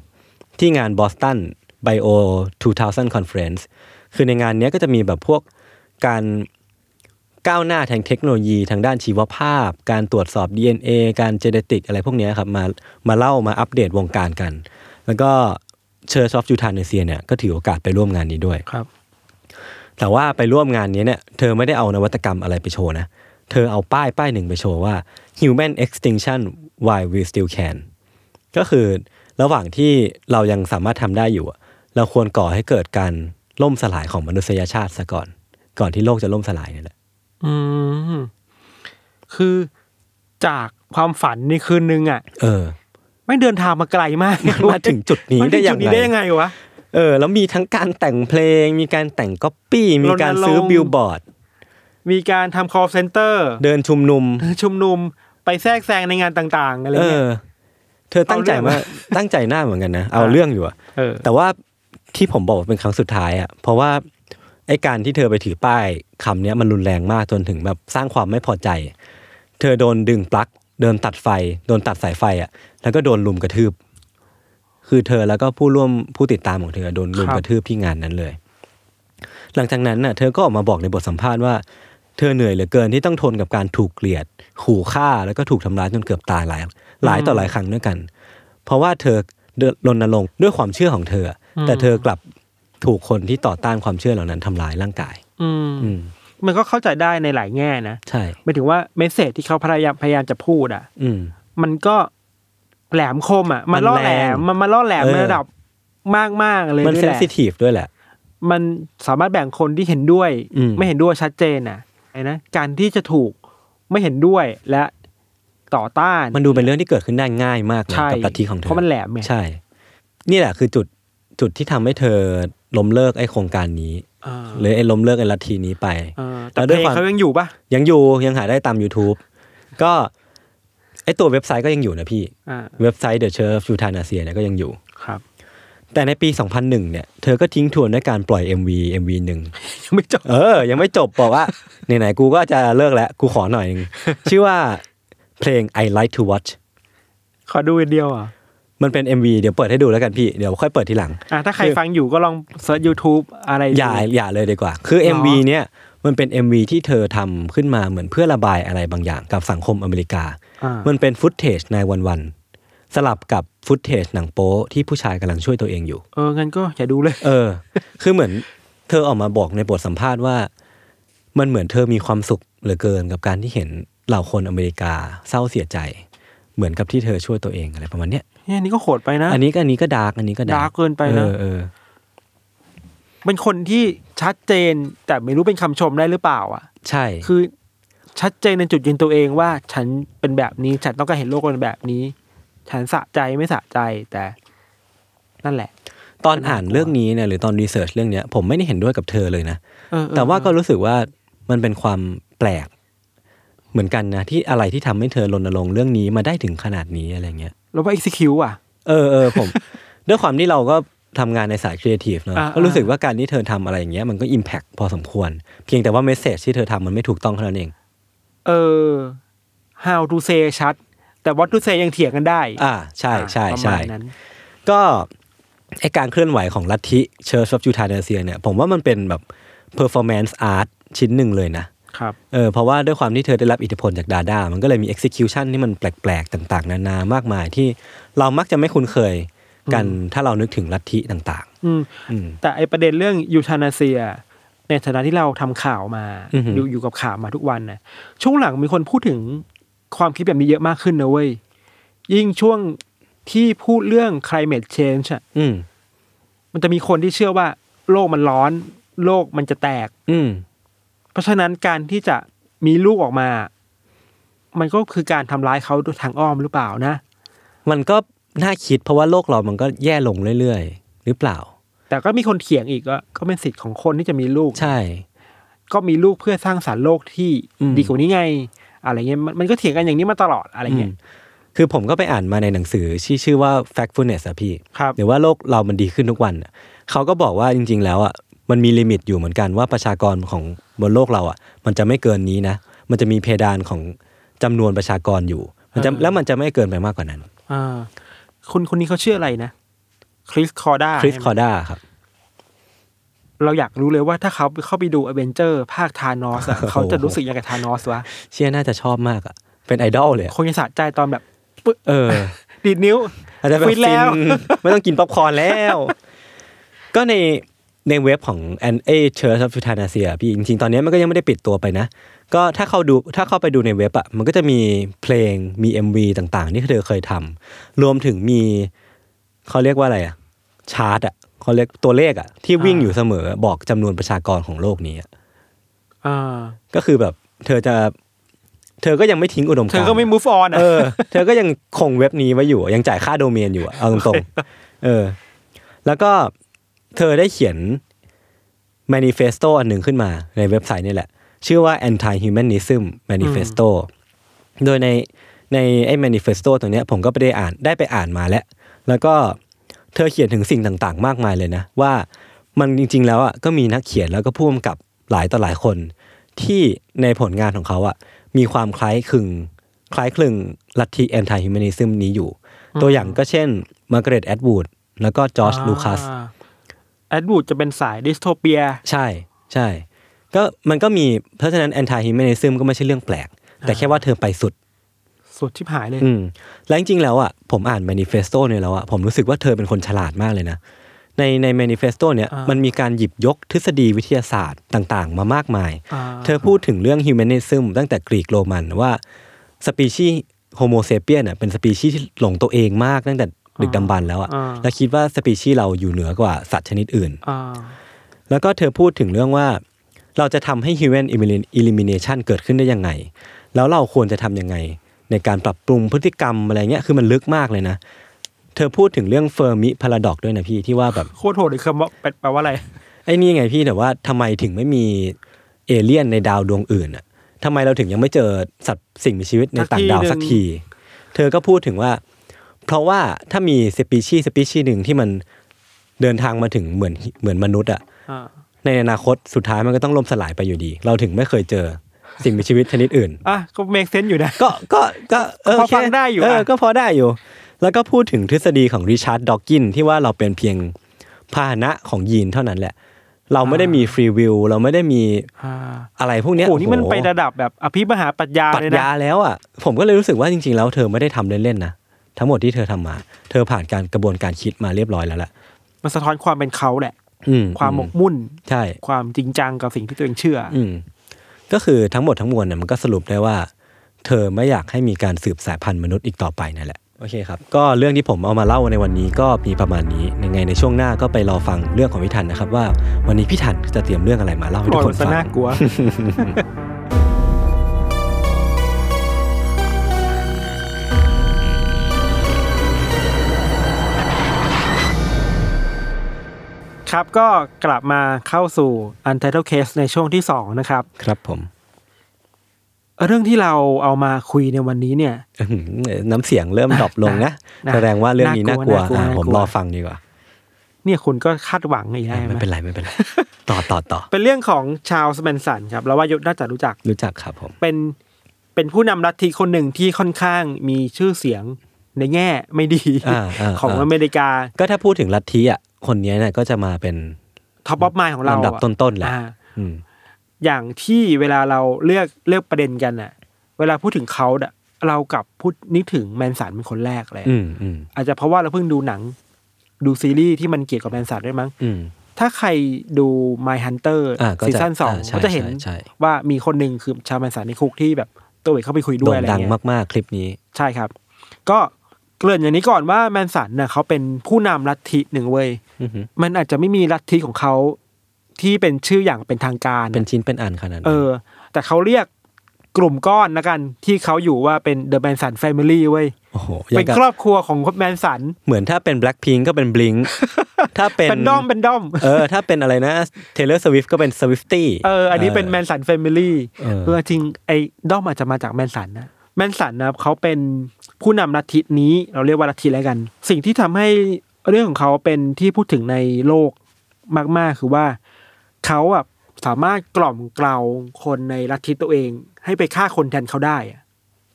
[SPEAKER 2] 2000 ที่งานบอสตันไบโอ2000 Conference คือในงานเนี้ยก็จะมีแบบพวกการก้าวหน้าทางเทคโนโลยีทางด้านชีวภาพ การตรวจสอบ DNA การเจเนติกอะไรพวกเนี้ยครับมามาเล่ามาอัปเดตวงการกัน แล้วก็เชอร์ชอฟจูทานเนเซียเนี่ยก็ถือโอกาสไปร่วมงานนี้ด้วย
[SPEAKER 3] ครับ
[SPEAKER 2] แต่ว่าไปร่วมงานนี้เนี่ยเธอไม่ได้เอานวัตกรรมอะไรไปโชว์นะ เธอเอาป้ายป้ายหนึ่งไปโชว์ว่า human extinction why we still can ก็คือระหว่างที่เรายังสามารถทำได้อยู่อะเราควรก่อให้เกิดการล่มสลายของมนุษยชาติซะก่อน ก่อนที่โลกจะล่มสลายเนี่ยแหละ
[SPEAKER 3] อืมคือจากความฝันในคืนนึงอ่ะ
[SPEAKER 2] เออ
[SPEAKER 3] ไม่เดินทางมาไกลมาก
[SPEAKER 2] มันมาถึงจุดนี้
[SPEAKER 3] มัถึ
[SPEAKER 2] ได้ยัง
[SPEAKER 3] จุ
[SPEAKER 2] ไง
[SPEAKER 3] ได้ยังไงวะ
[SPEAKER 2] เออ แล้วมีทั้งการแต่งเพลง มีการแต่งก๊อปปี้ มีการซื้อ
[SPEAKER 3] รณรงค์
[SPEAKER 2] บิลบอร์ด
[SPEAKER 3] มีการทำ call center
[SPEAKER 2] เดินชุมนุม
[SPEAKER 3] ชุมนุมไปแทรกแซงในงานต่างๆอะไร
[SPEAKER 2] เอ
[SPEAKER 3] เงี้ย
[SPEAKER 2] อ เธอตั้งใจ
[SPEAKER 3] เอาเรื่
[SPEAKER 2] มา
[SPEAKER 3] อง
[SPEAKER 2] ตั้งใจหน้าเหมือนกันนะ เอาเรื่องอยู่อะ
[SPEAKER 3] เออ
[SPEAKER 2] แต่ว่าที่ผมบอกว่าเป็นครั้งสุดท้ายอะ่ะ เพราะว่าไอการที่เธอไปถือป้ายคำเนี้ยมันรุนแรงมากจนถึงแบบสร้างความไม่พอใจ เธอโดนดึงปลั๊กโดนตัดไฟ โดนตัดสายไฟอะ่ะ แล้วก็โดนลุมกระทืบ คือเธอแล้วก็ผู้ร่วมผู้ติดตามของเธอโดนลุม
[SPEAKER 3] ครับ
[SPEAKER 2] กระทืบที่งานนั้นเลย หลังจากนั้นน่ะ เธอก็ออกมาบอกในบทสัมภาษณ์ว่า เธอเหนื่อยเหลือเกินที่ต้องทนกับการถูกเกลียด ขู่ฆ่าแล้วก็ถูกทำร้ายจนเกือบตายหลายหลายต่อหลายครั้งด้วยกัน เพราะว่าเธอเดินรณรงค์ด้วยความเชื่อของเธอ แต่เธอกลับถูกคนที่ต่อต้านความเชื่อเหล่านั้นทำร้ายร่างกาย
[SPEAKER 3] อืม
[SPEAKER 2] อืม
[SPEAKER 3] มันก็เข้าใจได้ในหลายแง่นะ
[SPEAKER 2] ใช่
[SPEAKER 3] หมายถึงว่าเมสเซจที่เขาพยายามพยายามจะพูดอ่ะ
[SPEAKER 2] อืม
[SPEAKER 3] มันก็แหลมคมอ่ะ มันล่อแหลม
[SPEAKER 2] มั
[SPEAKER 3] มัน
[SPEAKER 2] นแรง
[SPEAKER 3] มาล่อแหลม
[SPEAKER 2] เออ
[SPEAKER 3] ในระดับมากมากๆเลย
[SPEAKER 2] มัน
[SPEAKER 3] ด้วย
[SPEAKER 2] เซ
[SPEAKER 3] แห
[SPEAKER 2] น
[SPEAKER 3] ละ
[SPEAKER 2] ซิทีฟด้วยแหละ
[SPEAKER 3] มันสามารถแบ่งคนที่เห็นด้วย
[SPEAKER 2] อืม
[SPEAKER 3] ไม่เห็นด้วยชัดเจนอ่ะไอ้นะการที่จะถูกไม่เห็นด้วยและต่อต้าน
[SPEAKER 2] มันดูเป็นเรื่องที่เกิดขึ้นได้ง่ายมากเลย
[SPEAKER 3] ใช่
[SPEAKER 2] กับลัทธิของเธอ
[SPEAKER 3] เพราะมันแหลมไง
[SPEAKER 2] ใช่ นี่แหละคือจุดจุดที่ทำให้เธอล้มเลิกไอ้โครงการนี้
[SPEAKER 3] เออ
[SPEAKER 2] หรือไอ้ล้มเลิกไอ้ลัทธินี้ไป
[SPEAKER 3] เออแต่
[SPEAKER 2] แล้ว
[SPEAKER 3] เพ
[SPEAKER 2] ด้วยค
[SPEAKER 3] ลง
[SPEAKER 2] วาม
[SPEAKER 3] เขายังอยู่ปะ
[SPEAKER 2] ยังอยู่ยังหาได้ตาม YouTube ก็ไอ้ตัวเว็บไซต์ก็ยังอยู่นะพี่
[SPEAKER 3] อ่า
[SPEAKER 2] เว็บไซต์ The Church u t a n a s i a เนี่ยก็ยังอยู่
[SPEAKER 3] ครับ
[SPEAKER 2] แต่ในปี 2001 เนี่ย เธอก็ทิ้งทวนด้วยการปล่อย MV MV หนึ่ง
[SPEAKER 3] ยังไม่จบ
[SPEAKER 2] เออ ยังไม่จบ บอกว่า ไหนๆ กูก็จะเลิกแล้ว กูขอหน่อยหนึง ชื่อว่าเพลง I Like to Watch
[SPEAKER 3] ขอดูวิดีโออ่ะ
[SPEAKER 2] มันเป็น MV เดี๋ยวเปิดให้ดูแล้วกันพี่ เดี๋ยวค่อยเปิดทีหลัง
[SPEAKER 3] อ่ะถ้าใคร
[SPEAKER 2] คือ
[SPEAKER 3] ฟังอยู่ก็ลองเซิร์ช YouTube อะไร
[SPEAKER 2] อย่าอย่าเลยดีกว่า คือ MV เนี่ยมันเป็น MV ที่เธอทำขึ้นมาเหมือนเพื่อระบายอะไรบางอย่างกับสังคมอเมริกา
[SPEAKER 3] มั
[SPEAKER 2] มัน นเป็นฟุตเทจในวันวันๆสลับกับฟุตเทจหนังโป๊ที่ผู้ชายกำลังช่วยตัวเองอยู่
[SPEAKER 3] เอองั้นก็อย่าดูเลย
[SPEAKER 2] เออ คือเหมือนเธอออกมาบอกในบทสัมภาษณ์ว่า มันเหมือนเธอมีความสุขเหลือเกินกับการที่เห็นเหล่าคนอเมริกาเศร้าเสียใจ เหมือนกับที่เธอช่วยตัวเองอะไรประมาณเนี้ย
[SPEAKER 3] เนี่ยอันนี่ก็โหดไปนะ
[SPEAKER 2] อันนี้ก็อันนี้ก็ดาร์กอันนี้ก็ดา
[SPEAKER 3] ดาร์
[SPEAKER 2] ร์
[SPEAKER 3] กเกินไปนะ
[SPEAKER 2] เออเออ
[SPEAKER 3] เป็นคนที่ชัดเจนแต่ไม่รู้เป็นคำชมได้หรือเปล่า อ่ะ
[SPEAKER 2] ใช่
[SPEAKER 3] คือชัดเจนในจุดยืนตัวเองว่าฉันเป็นแบบนี้ฉันต้องการเห็นโลกเป็นแบบนี้ ฉันสะใจไม่สะใจแต่ นั่นแหละ
[SPEAKER 2] ตอนอ่านเรื่องนี้เนี่ยหรือตอนรีเสิร์ชเรื่องเนี้ยผมไม่ได้เห็นด้วยกับเธอเลยนะ
[SPEAKER 3] เออเออ
[SPEAKER 2] แต่ว่าก็รู้สึกว่ามันเป็นความแปลก เหมือนกันนะที่อะไรที่ทำให้เธอรณรงค์เรื่องนี้มาได้ถึงขนาดนี้อะไรเงี้ย
[SPEAKER 3] แล้วว่า execute อ่ะ
[SPEAKER 2] เออเออผม ด้วยความที่เราก็ทำงานในสายครีเอทีฟเนอะ
[SPEAKER 3] อ่า
[SPEAKER 2] ก็รู้สึกว่าการที่เธอทำอะไรอย่างเงี้ยมันก็อิมแพ t พอสมควร เพียงแต่ว่าเมสเซจที่เธอทำมันไม่ถูกต้องเท่านั้นเอง
[SPEAKER 3] เออ how to say ชัด แต่วัตถุเซยังเถียงกันได้
[SPEAKER 2] อ่าใช่ใช่
[SPEAKER 3] ประ
[SPEAKER 2] ใช่
[SPEAKER 3] มาณนั้น
[SPEAKER 2] ก็ไอการเคลื่อนไหวของลัทธิเชิร์ชออฟยูทาเนเซียเนี่ยผมว่ามันเป็นแบบ performance art ชิ้นหนึ่งเลยนะครับ เออเพราะว่าด้วยความที่เธอได้รับอิทธิพลจากดาด้ามันก็เลยมี execution ที่มันแปลกๆ ต่างๆ นานามากมายที่เรามักจะไม่คุ้นเคยกันถ้าเรานึกถึงลัทธิต่าง
[SPEAKER 3] อืม
[SPEAKER 2] ๆ อืม
[SPEAKER 3] แต่ไอประเด็นเรื่องยูทานาเซีย ในฐานะที่เราทำข่าวมา
[SPEAKER 2] อือหืออ
[SPEAKER 3] ยู่อยู่กับข่าวมาทุกวันนะช่วงหลังมีคนพูดถึงความคิดแบบนี้เยอะมากขึ้นนะเว้ย ยิ่งช่วงที่พูดเรื่อง climate change อะ
[SPEAKER 2] อืม
[SPEAKER 3] มันจะมีคนที่เชื่อว่าโลกมันร้อน โลกมันจะแตก
[SPEAKER 2] อืม
[SPEAKER 3] เพราะฉะนั้นการที่จะมีลูกออกมา มันก็คือการทำร้ายเขาทางอ้อมหรือเปล่านะ
[SPEAKER 2] มันก็น่าคิดเพราะว่าโลกเรามันก็แย่ลงเรื่อยๆ หรือเปล่า
[SPEAKER 3] แต่ก็มีคนเถียงอีกว่าก็เป็นสิทธิ์ของคนที่จะมีลูก
[SPEAKER 2] ใช่
[SPEAKER 3] ก็มีลูกเพื่อสร้างสารรค์โลกที่
[SPEAKER 2] อืม
[SPEAKER 3] ดีกว่านี้ไง อะไรเงี้ยมันมันก็เถียงกันอย่างนี้มาตลอดอะไรเงี้ย
[SPEAKER 2] อืมคือผมก็ไปอ่านมาในหนังสือที่ชื่อว่า Factfulness อะพี่
[SPEAKER 3] ครับ
[SPEAKER 2] หรือว่าโลกเรามันดีขึ้นทุกวันน่ะเขาก็บอกว่าจริง ๆ แล้วอ่ะมันมีลิมิตอยู่เหมือนกันว่าประชากรของบนโลกเราอ่ะ มันจะไม่เกินนี้นะ มันจะมีเพดานของจำนวนประชากรอยู่ มันจะแล้วมันจะไม่เกินไปมากกว่านั้น
[SPEAKER 3] อ่าคนคนนี้เขาชื่ออะไรนะ คริสคอร์ด้า
[SPEAKER 2] คริสคอด้าครับ
[SPEAKER 3] เราอยากรู้เลยว่าถ้าเขาเข้าไปดูอเวนเจอร์ภาคทานอส
[SPEAKER 2] โอ้โห
[SPEAKER 3] เขาจะรู้สึกยังไงกับทานอสวะ
[SPEAKER 2] เชื่อน่าจะชอบมากอ่ะ เป็นไอดอลเลยอะ
[SPEAKER 3] คงจะสะใจตอนแบบปึ๊บ
[SPEAKER 2] เออ
[SPEAKER 3] ดีดนิ้ว
[SPEAKER 2] อาจจะแบบ
[SPEAKER 3] ฟิ
[SPEAKER 2] ฟิ
[SPEAKER 3] นแล้ว
[SPEAKER 2] น ไม่ต้องกินป๊อปคอร์นแล้ว ก็ในในเว็บของแอนเอเชอร์ซับฟิทานาเซียพี่จริงๆ ตอนนี้มันก็ยังไม่ได้ปิดตัวไปนะ ก็ถ้าเข้าดูถ้าเข้าไปดูในเว็บอะมันก็จะมีเพลงมี MV ต่างๆ ที่เธอเคยทำรวมถึงมีเขาเรียกว่าอะไรอะชาร์ตอะเขาเรียกตัวเลขอะที่วิ่งอยู่เสมอบอกจำนวนประชากรของโลกนี้อะ
[SPEAKER 3] อ่า
[SPEAKER 2] ก็คือแบบเธอจะเธอก็ยังไม่ทิ้งอุดมการณ์
[SPEAKER 3] เธอก็ไม่ move on อ่ะ
[SPEAKER 2] เออ เธอก็ยังคงเว็บนี้ไว้อยู่ ยังจ่ายค่าโดเมนอยู่อะเอาตรงๆ เออ แล้วก็เธอได้เขียน manifesto อันหนึ่งขึ้นมาในเว็บไซต์นี่แหละ ชื่อว่า anti humanism manifesto โดยในในไอ้ manifesto ตัวเนี้ยผมก็ไปได้อ่านได้ไปอ่านมาแล้ว แล้วก็เธอเขียนถึงสิ่งต่างๆ มากมายเลยนะ ว่ามันจริง ๆ แล้วอ่ะก็มีนักเขียนแล้วก็ผู้กำกับหลายต่อหลายคน ที่ในผลงานของเขาอ่ะมีความคล้ายคลึง คล้ายคลึงลัทธิแอนตี้ฮิวแมนิซึมนี้อยู่ ตัวอย่างก็เช่นมาร์กาเร็ตแอดวูดแล้วก็จอร์จลูคัส
[SPEAKER 3] อ่าแอดวูดจะเป็นสายดิสโทเปีย
[SPEAKER 2] ใช่ใช่ก็มันก็มีเพราะฉะนั้นแอนตี้ฮิวแมนิซึมก็ไม่ใช่เรื่องแปลก แต่แค่ว่าเธอไปสุด
[SPEAKER 3] สุดที่หายเลย
[SPEAKER 2] อืมแล้วจริงๆแล้วอ่ะผมอ่าน manifesto เนี่ยแล้วอ่ะผมรู้สึกว่าเธอเป็นคนฉลาดมากเลยนะ ในใน manifesto เนี่ย
[SPEAKER 3] อ่ามั
[SPEAKER 2] มันมีการหยิบยกทฤษฎีวิทยาศาสตร์ต่างๆ มามากมาย
[SPEAKER 3] า
[SPEAKER 2] เธอพูดถึงเรื่องฮิวแมนิซึมตั้งแต่กรีกโรมันว่าสปีชีส์โฮโมเซเปียนน่ะเป็นสปีชีส์ที่หลงตัวเองมากตั้งแต่ดึกดำบรรพ์แล้วอะ
[SPEAKER 3] อ่า
[SPEAKER 2] และคิดว่าสปีชีส์เราอยู่เหนือกว่าสัตว์ชนิดอื่น
[SPEAKER 3] อ่า
[SPEAKER 2] แล้วก็เธอพูดถึงเรื่องว่าเราจะทำให้ human elimin- elimination เกิดขึ้นได้ยังไง แล้วเราควรจะทำยังไง ในการปรับปรุงพฤติกรรมอะไรเงี้ยคือมันลึกมากเลยนะ เธอพูดถึงเรื่องเฟอร์มิพาราดอกด้วยนะพี่ที่ว่าแบบ
[SPEAKER 3] โคตรโหดเลยคำว่าแปลแปลว่าอะไร
[SPEAKER 2] ไอ้นี่ไงพี่แต่ว่าทำไมถึงไม่มีเอเลี่ยนในดาวดวงอื่นอ่ะทำไมเราถึงยังไม่เจอสัตว์สิ่งมีชีวิตในต่างดาว
[SPEAKER 3] สั
[SPEAKER 2] สั
[SPEAKER 3] ก
[SPEAKER 2] กที
[SPEAKER 3] ที
[SPEAKER 2] เธอก็พูดถึงว่า เพราะว่าถ้ามีสปีชีส์สปีชีส์หนึ่งที่มันเดินทางมาถึงเหมือนเหมือนมนุษย์อ่ะ
[SPEAKER 3] อ่า
[SPEAKER 2] ในอนาคตสุดท้ายมันก็ต้องล่มสลายไปอยู่ดี เราถึงไม่เคยเจอสิ่งมีชีวิตชนิดอื่น
[SPEAKER 3] อ่ะก็เมคเซนต์อยู่นะ
[SPEAKER 2] ก็ก็ก็เ
[SPEAKER 3] พอฟังได้อยู่
[SPEAKER 2] เออ
[SPEAKER 3] อะ
[SPEAKER 2] ก็พอได้อยู่ แล้วก็พูดถึงทฤษฎีของริชาร์ดดอกกินที่ว่าเราเป็นเพียงพาหนะของยีนเท่านั้นแหละ เราไม่ได้มีฟรีวิลเราไม่ได้มี
[SPEAKER 3] อ่า
[SPEAKER 2] อะไรพวกเนี้ย
[SPEAKER 3] โอ้โหนี่มัน
[SPEAKER 2] โอ้โห
[SPEAKER 3] ไประดับแบบอภิมหาปรัชญา
[SPEAKER 2] ปรั
[SPEAKER 3] เล
[SPEAKER 2] ช
[SPEAKER 3] ยนะ
[SPEAKER 2] ญาแล้วอ่ะ ผมก็เลยรู้สึกว่าจริงๆ แล้วเธอไม่ได้ทำเล่นๆนะ ทั้งหมดที่เธอทำมา เธอผ่านการกระบวนการคิดมาเรียบร้อยแล้วล่ะ
[SPEAKER 3] มันสะท้อนความเป็นเขาแหละ
[SPEAKER 2] อื
[SPEAKER 3] ความหม
[SPEAKER 2] อื
[SPEAKER 3] กมุ่น
[SPEAKER 2] ใช่
[SPEAKER 3] ความจริงจังกับสิ่งที่ตัวเองเชื่ออ
[SPEAKER 2] อืมก็คือทั้งหมดทั้งมวลเนี่ยมันก็สรุปได้ว่า เธอไม่อยากให้มีการสืบสายพันธุ์มนุษย์อีกต่อไปนั่นแหละโอเคครับ ก็เรื่องที่ผมเอามาเล่าในวันนี้ก็มีประมาณนี้ยังไงในช่วงหน้าก็ไปรอฟังเรื่องของพี่ทันนะครับ ว่าวันนี้พี่ทันจะเตรียมเรื่องอะไรมาเล่าให้
[SPEAKER 3] โห
[SPEAKER 2] ทุก
[SPEAKER 3] ด
[SPEAKER 2] คน
[SPEAKER 3] ซะ
[SPEAKER 2] ฟัง
[SPEAKER 3] น่ากลัว ครับก็กลับมาเข้าสู่ Untitled Case ในช่วงที่สองนะครับ
[SPEAKER 2] ครับผม
[SPEAKER 3] เรื่องที่เราเอามาคุยในวันนี้เนี่ย
[SPEAKER 2] อื้อหือน้ำเสียงเริ่มดรอปลง นะ
[SPEAKER 3] นะ
[SPEAKER 2] แสดงว่าเรื่องนี้น่ากลัว
[SPEAKER 3] น่ากลัว
[SPEAKER 2] อ่ะ
[SPEAKER 3] น่ากลัว
[SPEAKER 2] ผมรอฟังดีกว่า
[SPEAKER 3] เนี่ยคุณก็คาดหวังอีกแล้วใช่ไห
[SPEAKER 2] ไม่
[SPEAKER 3] ม
[SPEAKER 2] เป็นไรไม่เป็นไรต่อต่อต่อ
[SPEAKER 3] เป็นเรื่องของชาวสแมนสันครับเราว่ายศน่าจะรู้จัก
[SPEAKER 2] รู้จักครับผม
[SPEAKER 3] เป็น เป็นผู้นำลัทธิคนหนึ่งที่ค่อนข้างมีชื่อเสียงในแง่ไม่ดี
[SPEAKER 2] อ่าอ่า
[SPEAKER 3] ของ
[SPEAKER 2] อ่า
[SPEAKER 3] อเมริกา
[SPEAKER 2] ก็ถ้าพูดถึงลัทธิอ่ะคนเนี้ยเนี่ยก็จะมาเป็น
[SPEAKER 3] ท็อปออฟมายของเรา
[SPEAKER 2] ลำดับต้นๆแหละ
[SPEAKER 3] อ่า
[SPEAKER 2] อืม
[SPEAKER 3] อย่างที่เวลาเราเลือกเลือกประเด็นกันน่ะ เวลาพูดถึงเขาอะเรากลับพูดนึกถึงแมนสันเป็นคนแรกเลย
[SPEAKER 2] อืมอืม
[SPEAKER 3] อาจจะเพราะว่าเราเพิ่งดูหนัง ดูซีรีส์ที่มันเกี่ยวกับแมนสันด้วยมั้ง
[SPEAKER 2] อืม
[SPEAKER 3] ถ้าใครดู My Hunter
[SPEAKER 2] อ่าก็จะ
[SPEAKER 3] ซีซั่นสอง
[SPEAKER 2] อ่าใช่
[SPEAKER 3] ก็จะเห็น
[SPEAKER 2] ใช่ใช่
[SPEAKER 3] ว่ามีคนหนึ่งคือชาวแมนสันในคุกที่แบบตัวเอกเข้าไปคุยด้ว
[SPEAKER 2] โด่
[SPEAKER 3] ย
[SPEAKER 2] ง
[SPEAKER 3] อะไร
[SPEAKER 2] ดัง
[SPEAKER 3] เงี้ย
[SPEAKER 2] มากๆ คลิปนี้
[SPEAKER 3] ใช่ครับ ก็เกริ่นอย่างนี้ก่อนว่าแมนสันน่ะเขาเป็นผู้นำลัทธิหนึ่งเว้ย
[SPEAKER 2] อือหือ
[SPEAKER 3] มันอาจจะไม่มีลัทธิของเขาที่เป็นชื่ออย่างเป็นทางการะ
[SPEAKER 2] เป็นชิ้นเป็นอันขนาดนั้น
[SPEAKER 3] เออ แต่เขาเรียกกลุ่มก้อนละกัน ที่เขาอยู่ว่าเป็นเดอะแมนสันแฟมิลี่เว้ย
[SPEAKER 2] โอ้โห
[SPEAKER 3] เป็น
[SPEAKER 2] ยังกับ
[SPEAKER 3] ครอบครัวของแมนสัน
[SPEAKER 2] เหมือนถ้าเป็นแบล็ p พิงก็เป็นบ ลิง ถ้าเป็น
[SPEAKER 3] เป็นด้อมเป็นด้อม
[SPEAKER 2] เออ ถ้าเป็นอะไรนะเทเลอร์สวิฟก็เป็นสวิฟตี้
[SPEAKER 3] เอออันนี้เป็นแมนสันแฟมิลี่
[SPEAKER 2] เออ
[SPEAKER 3] เออจริงไอ้ด้อมอาจจะมาจากแมนสันนะแมนสันนะครับเขาเป็นผู้นำลัทธินี้เราเรียกว่าลัทธิแล้วกัน สิ่งที่ทำให้เรื่องของเขาเป็นที่พูดถึงในโลกมาก ๆ คือว่าเขาอ่ะสามารถกล่อมเกลาคนในลัทธิตัวเอง ให้ไปฆ่าคนแทนเขาได้อะ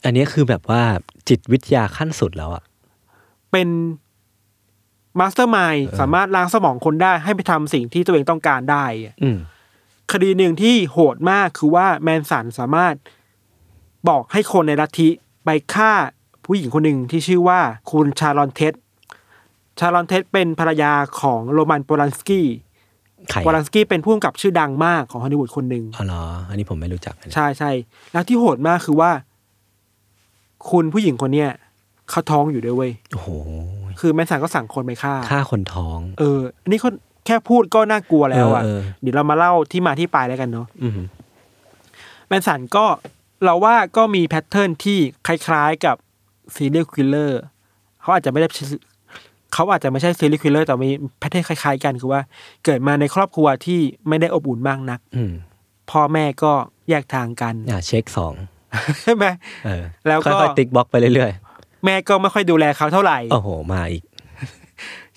[SPEAKER 2] อันนี้คือแบบว่าจิตวิทยาขั้นสุดแล้วอ่ะ
[SPEAKER 3] เป็นมาสเตอร์มายสามารถล้างสมองคนได้ให้ไปทำสิ่งที่ตัวเองต้องการได้อะ
[SPEAKER 2] อืม
[SPEAKER 3] คดีหนึ่งที่โหดมากคือว่าแมนสันสามารถบอกให้คนในลัทธิไปฆ่าผู้หญิงคนหนึ่งที่ชื่อว่าคุณชาลอนเท็ดชาลอนเท็ดเป็นภรรยาของโรมันโปลันสกี้
[SPEAKER 2] ไข่
[SPEAKER 3] โปลันสกี้เป็นผู้กำกับชื่อดังมากของฮอลลีวูดคนหนึ่ง
[SPEAKER 2] อ๋อเหรอ อันนี้ผมไม่รู้จักอันนี้
[SPEAKER 3] ใช่ใช่แล้วที่โหดมากคือว่า คุณผู้หญิงคนเนี้ยเขาท้องอยู่ด้วยเว้ย
[SPEAKER 2] โอ้โห
[SPEAKER 3] คือแมนสันก็สั่งคนไปฆ่า
[SPEAKER 2] ฆ่าคนท้อง
[SPEAKER 3] เออ อันนี้ก็แค่พูดก็น่ากลัวแล้วอ่ะ
[SPEAKER 2] เออเออ
[SPEAKER 3] เดี๋ยวเรามาเล่าที่มาที่ไปแล้วกันเนาะ
[SPEAKER 2] อืม
[SPEAKER 3] แมนสันก็เราว่าก็มีแพทเทิร์นที่คล้ายๆกับซีเรียลคิลเลอร์ เขาอาจจะไม่ได้ชื่อเขาอาจจะไม่ใช่ซีเรียลคิลเลอร์แต่มีแพทเทิร์นคล้ายๆกันคือว่า เกิดมาในครอบครัวที่ไม่ได้อบอุ่นมากนัก
[SPEAKER 2] อืม
[SPEAKER 3] พ่อแม่ก็แยกทางกัน
[SPEAKER 2] อ่าเช็คสอง
[SPEAKER 3] ใช่ไหม
[SPEAKER 2] เออ
[SPEAKER 3] แล้วก็
[SPEAKER 2] ค่อยๆติ๊กบล็อกไปเรื่อย
[SPEAKER 3] แม่ก็ไม่ค่อยดูแลเขาเท่าไหร่
[SPEAKER 2] ๆ โอ้โห มาอีก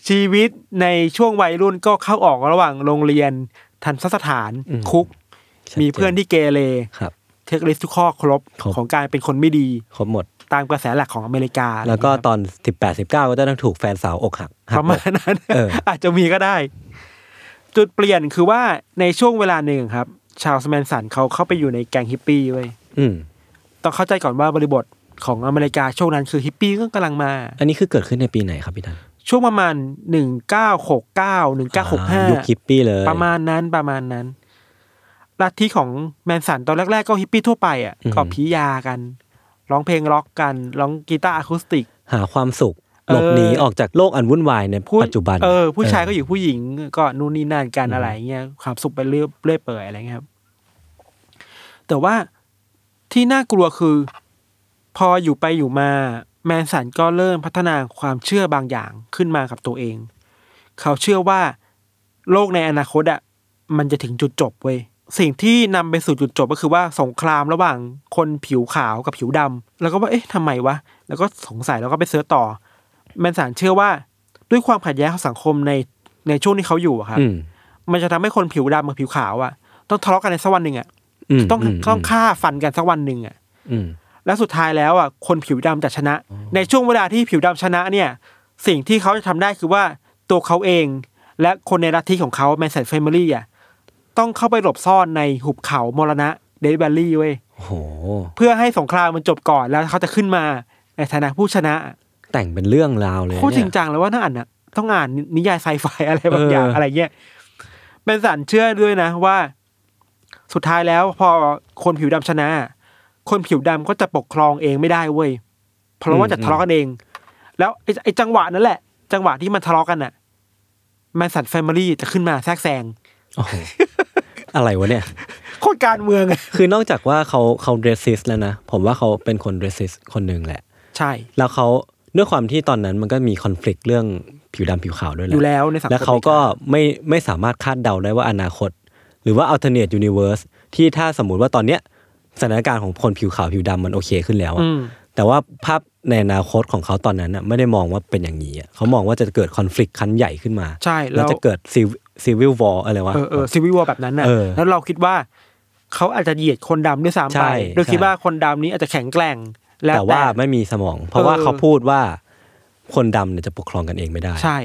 [SPEAKER 3] ชีวิตในช่วงวัยรุ่นก็เข้าออกระหว่างโรงเรียนทันสถาน
[SPEAKER 2] อืม
[SPEAKER 3] คุก
[SPEAKER 2] ชัดจ
[SPEAKER 3] มีเพื่อนที่เกเร
[SPEAKER 2] ครับ
[SPEAKER 3] เทคลิสทุกข้อครบ
[SPEAKER 2] ครบ
[SPEAKER 3] ของการเป็นคนไม่ดี
[SPEAKER 2] ครบหมด
[SPEAKER 3] ตามกระแสหลักของอเมริกา
[SPEAKER 2] แล้วก็
[SPEAKER 3] อะไร
[SPEAKER 2] ตอนสิบแปดสิบเก้าก็จะต้องถูกแฟนสาวอกหัก
[SPEAKER 3] เงี้ยประมาณ
[SPEAKER 2] หักอก
[SPEAKER 3] นั้น
[SPEAKER 2] เออ
[SPEAKER 3] อาจจะมีก็ได้ จุดเปลี่ยนคือว่าในช่วงเวลาหนึ่งครับ ชาวสแมนสันเขาเข้าไปอยู่ในแก๊งฮิปปี้เว้ย
[SPEAKER 2] อืม
[SPEAKER 3] ต้องเข้าใจก่อนว่าบริบทของอเมริกาช่วงนั้นคือฮิปปี้ก็กำลังมา
[SPEAKER 2] อันนี้คือเกิดขึ้นในปีไหนครับพี่ทัน
[SPEAKER 3] ช่วงประมาณหนึ่งเก้าหกเก้าหนึ่งเก้าหก
[SPEAKER 2] อ่
[SPEAKER 3] ห้า
[SPEAKER 2] ยุคฮิปปี้เลย
[SPEAKER 3] ประมาณนั้นประมาณนั้นลัทธิของแมนสันตอนแรก ๆ ก็ฮิปปี้ทั่วไปอ่ะก็พียากันร้องเพลงร็อกกันร้องกีตาร์อะคูสติก
[SPEAKER 2] หาความสุข
[SPEAKER 3] เออ
[SPEAKER 2] หลบหนีออกจากโลกอันวุ่นวายใน
[SPEAKER 3] ผู้
[SPEAKER 2] ปัจจุบัน
[SPEAKER 3] เออผู้ชายก็อยู่ผู้หญิงก็นู่นนี่นั่นกันอะไรเงี้ยความสุขไปเรื่อยเรื่อยเปื่อยอะไรเงี้ยครับ แต่ว่าที่น่ากลัวคือ พออยู่ไปอยู่มา แมนสันก็เริ่มพัฒนาความเชื่อบางอย่างขึ้นมากับตัวเอง เขาเชื่อว่าโลกในอนาคตอะมันจะถึงจุดจบเว้ยสิ่งที่นำไปสู่จุดจบก็คือว่าสงครามระหว่างคนผิวขาวกับผิวดำแล้วก็ว่าเอ๊ะทำไมวะ แล้วก็สงสัยแล้วก็ไปเสิร์ชต่อ แมนสันเชื่อว่าด้วยความขัดแย้งของสังคมในในช่วงที่เขาอยู่อะครับ
[SPEAKER 2] อืม
[SPEAKER 3] มันจะทำให้คนผิวดำกับผิวขาวอะต้องทะเลาะกันในสักวันหนึ่งอะ
[SPEAKER 2] ม
[SPEAKER 3] ต้อง
[SPEAKER 2] ม
[SPEAKER 3] ต้องฆ่าฟันกันสักวันหนึ่งอะ
[SPEAKER 2] อืม
[SPEAKER 3] และสุดท้ายแล้วอะคนผิวดำจะชนะ ในช่วงเวลาที่ผิวดำชนะเนี่ย สิ่งที่เขาจะทำได้คือว่าตัวเขาเอง และคนในลัทธิของเขาแมนสันแฟมิลี่อะต้องเข้าไปหลบซ่อนในหุบเขามรณะเดดแวลลี่เว้ย
[SPEAKER 2] โอ้โห
[SPEAKER 3] เพื่อให้สงครามมันจบก่อนแล้วเขาจะขึ้นมาในฐานะผู้ชนะ
[SPEAKER 2] แต่งเป็นเรื่องราวเลย
[SPEAKER 3] โค
[SPEAKER 2] เนี่ย
[SPEAKER 3] ตรจริงจังเลยว่าน่าอ่านนะต้องอ่านนิยายไซไฟอะไรบางอย่าง
[SPEAKER 2] เอออ
[SPEAKER 3] อะไรเงี้ยเป็นสันเชื่อด้วยนะว่า สุดท้ายแล้วพอคนผิวดำชนะ คนผิวดำก็จะปกครองเองไม่ได้เว้ยเพราะว่าจะทะเลาะกันเอง แล้วไอ้ไอ้จังหวะนั่นแหละ จังหวะที่มันทะเลาะกันน่ะแมนสันแฟมิลี่จะขึ้นมาแทรกแซง
[SPEAKER 2] โอ้โหอะไรวะเนี่ย
[SPEAKER 3] โคตรการเมืองอะ
[SPEAKER 2] คือนอกจากว่าเขาเขาเรสซิสแล้วนะ ผมว่าเขาเป็นคนเรสซิสคนหนึ่งแหละ
[SPEAKER 3] ใช่
[SPEAKER 2] แล้วเขาด้วยความที่ตอนนั้นมันก็มีคอน FLICT เรื่องผิวดำผิวขาวด้วย
[SPEAKER 3] อยู่แล้วในสังคม
[SPEAKER 2] แล้วเขาก็ไม่ไม่สามารถคาดเดาได้ว่าอนาคต หรือว่า alternate universe ที่ถ้าสมมุติว่าตอนเนี้ยสถานการณ์ของคนผิวขาวผิวดำมันโอเคขึ้นแล้วอะ
[SPEAKER 3] อืม
[SPEAKER 2] แต่ว่าภาพในอนาคตของเขาตอนนั้นน่ะไม่ได้มองว่าเป็นอย่างนี้อะเขามองว่าจะเกิดคอน FLICT ครั้งใหญ่ขึ้นมา
[SPEAKER 3] ใช่
[SPEAKER 2] แล้
[SPEAKER 3] แล้ว ว
[SPEAKER 2] จะเกิดซีวิลวอลอะไรวะ
[SPEAKER 3] เออเออซีวิวแบบนั้นน่ะ
[SPEAKER 2] เออ
[SPEAKER 3] แล้วเราคิดว่า เขาอาจจะเหยียดคนดำด้วยซ้ำ
[SPEAKER 2] ใช่
[SPEAKER 3] ไปโดยคิด
[SPEAKER 2] ใช่
[SPEAKER 3] ว่าคนดำนี้อาจจะแข็งแกร่งล้
[SPEAKER 2] แต่ว่าไม่มีสมอง เพราะว่า
[SPEAKER 3] เออ
[SPEAKER 2] เขาพูดว่าคนดำเนี่ยจะปกครองกันเองไม่ได้
[SPEAKER 3] ใช่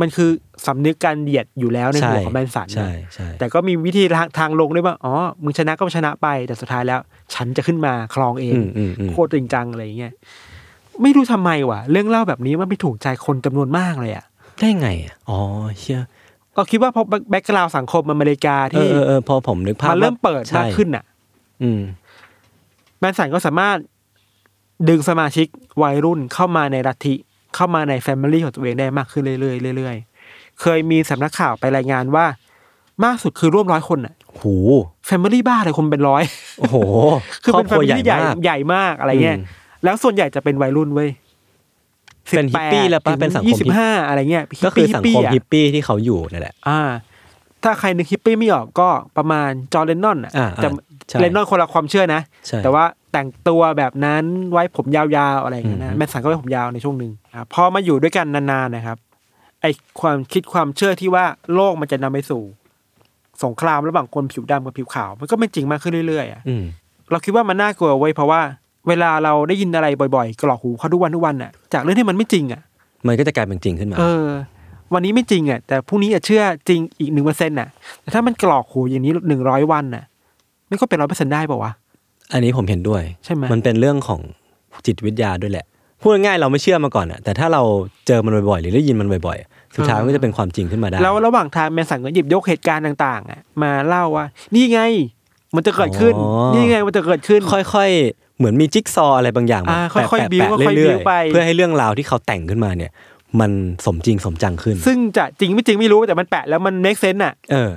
[SPEAKER 3] มันคือสำนึกการเหยียดอยู่แล้วในหัวของแมนสัน
[SPEAKER 2] ใช่ใช่
[SPEAKER 3] แต่ก็มีวิธีทางทางลงด้วยว่าอ๋อมึงชนะก็ชนะไป แต่สุดท้ายแล้ว ฉันจะขึ้นมาครองเอง
[SPEAKER 2] อืมอืมอืม
[SPEAKER 3] โคตรจริงจังอะไรอย่างเงี้ยไม่รู้ทำไมว่ะ เรื่องเล่าแบบนี้มันไม่ถูกใจคนจำนวนมากเลยอ่ะ
[SPEAKER 2] ได้ไงอะอ๋อเชี่ย
[SPEAKER 3] ก็คิดว่าเพราะแบ็กกราวสังคมอเมริกา
[SPEAKER 2] เอ
[SPEAKER 3] ที่
[SPEAKER 2] อเออเออพอผมนึกภาพ
[SPEAKER 3] มันเริ่มเปิด
[SPEAKER 2] ใช่
[SPEAKER 3] มากขึ้นอ่ะ
[SPEAKER 2] อืม
[SPEAKER 3] แมนสันก็สามารถดึงสมาชิกวัยรุ่นเข้ามาในรัฐิเข้ามาในแฟมิลี่ของตัวเองได้มากขึ้นเรื่อยๆเรื่อยๆ เคยมีสำนักข่าวไปรายงานว่า มากสุดคือร่วมร้อยคนน่ะ
[SPEAKER 2] โห
[SPEAKER 3] แฟมิลี่บ้าเลยคนเป็นร้อย
[SPEAKER 2] โอ้โห
[SPEAKER 3] คือเป็นแฟ
[SPEAKER 2] รบรัว
[SPEAKER 3] มิลี่ใหญ่
[SPEAKER 2] มาก
[SPEAKER 3] ใหญ่มากอะไรเงี้ย
[SPEAKER 2] อืม
[SPEAKER 3] แล้วส่วนใหญ่จะเป็นวัยรุ่นเว้ย
[SPEAKER 2] เป็นฮิปปี้แล้วปะ
[SPEAKER 3] 18
[SPEAKER 2] เป็นสังคมฮิ
[SPEAKER 3] ยี่
[SPEAKER 2] ปปี้
[SPEAKER 3] สิบห้าอะไรเงี้ย
[SPEAKER 2] ก็คือ
[SPEAKER 3] ฮิ
[SPEAKER 2] สั
[SPEAKER 3] ป
[SPEAKER 2] ง
[SPEAKER 3] ปี้
[SPEAKER 2] คม
[SPEAKER 3] ฮิปปี้
[SPEAKER 2] ฮิป
[SPEAKER 3] อะ
[SPEAKER 2] ปี้ที่เขาอยู่นี่แหละ
[SPEAKER 3] อ่า ถ้าใครนึกฮิปปี้ไม่ออกก็ประมาณจอร์แดนนอนอ่ะ
[SPEAKER 2] อ่าอ่า
[SPEAKER 3] แต่
[SPEAKER 2] ใช่
[SPEAKER 3] เลนนอนคนละความเชื่อนะ
[SPEAKER 2] ใช่
[SPEAKER 3] แต่ว่าแต่งตัวแบบนั้นไว้ผมยาวๆอะไรอย่างเงี้ย
[SPEAKER 2] อื
[SPEAKER 3] นะ
[SPEAKER 2] ม
[SPEAKER 3] แมนสันก็ไว้ผมยาวในช่วงหนึ่งครับพอมาอยู่ด้วยกันนานๆนะครับ ไอความคิดความเชื่อที่ว่าโลกมันจะนำไปสู่ สงครามระหว่างคนผิวดำกับผิวขาว มันก็เป็นจริงมากขึ้นเรื่อยๆอะ
[SPEAKER 2] อืม
[SPEAKER 3] เราคิดว่ามันน่ากลัวไว้ยเพราะว่า เวลาเราได้ยินอะไรบ่อยๆกรอกหูเขาทุกวันทุกวันอ่ะ จากเรื่องที่มันไม่จริงอ่ะ
[SPEAKER 2] มันก็จะกลายเป็นจริงขึ้นมา
[SPEAKER 3] เออ วันนี้ไม่จริงอ่ะแต่พรุ่งนี้อะเชื่อจริงอีกหนึ่งเปอร์เซ็นต์อ่ะแต่ถ้ามันกรอกหูอย่างนี้หนึ่งร้อยวันอ่ะไม่ก็เป็นร้อยเปอร์เซ็นต์ได้ป่าวะ
[SPEAKER 2] อันนี้ผมเห็นด้วย
[SPEAKER 3] ใช่ไหม
[SPEAKER 2] มันเป็นเรื่องของจิตวิทยาด้วยแหละ พูดง่ายๆเราไม่เชื่อมาก่อนอะแต่ถ้าเราเจอมันบ่อยๆ หรือได้ยินมันบ่อยๆอะสุดท้ายมันก็จะเป็นความจริงขึ้นมาได้
[SPEAKER 3] แล้วระหว่างทางแมนสันก็หยิบยกเหตุการณ์ต่างๆอ่ะมาเล่าว่า นี่ไง มันจะเกิดขึ้น
[SPEAKER 2] อ๋อ
[SPEAKER 3] นี่ไงมันจะเกิดขึ้น
[SPEAKER 2] ค่อยๆ เหมือนมีจิ๊กซอว์อะไรบางอย่างมา
[SPEAKER 3] อ่าค่อยๆ
[SPEAKER 2] แปะๆ
[SPEAKER 3] บิ้ว
[SPEAKER 2] แปะๆ
[SPEAKER 3] ค่อยๆ
[SPEAKER 2] เรื่อย
[SPEAKER 3] บิ้วไป
[SPEAKER 2] ๆเพื่อให้เรื่องราวที่เขาแต่งขึ้นมาเนี่ย มันสมจริงสมจังขึ้น
[SPEAKER 3] ซึ่งจะจริงไม่จริงไม่รู้แต่มันแปะแล้วมันเมคเซนต์อ่ะ
[SPEAKER 2] เออ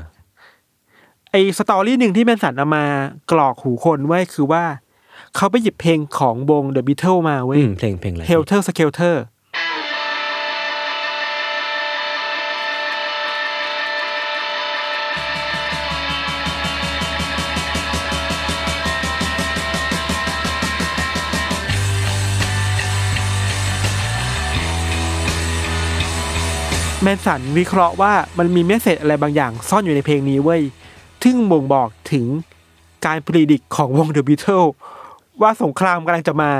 [SPEAKER 3] ไอสตอรี่หนึ่งที่แมนสันเอามากรอกหูคนไว้คือว่า เขาไปหยิบเพลงของวง The Beatles มาเว้
[SPEAKER 2] อื
[SPEAKER 3] ย
[SPEAKER 2] มเพลงเพลงอะไร
[SPEAKER 3] Helter Skelter แมนสันวิเคราะห์ว่ามันมีเมสเซจอะไรบางอย่างซ่อนอยู่ในเพลงนี้เว้ยทึ่งบ่งบอกถึงการพรีดิกของวง The Beatles ว่าสงครามกำลังจะมา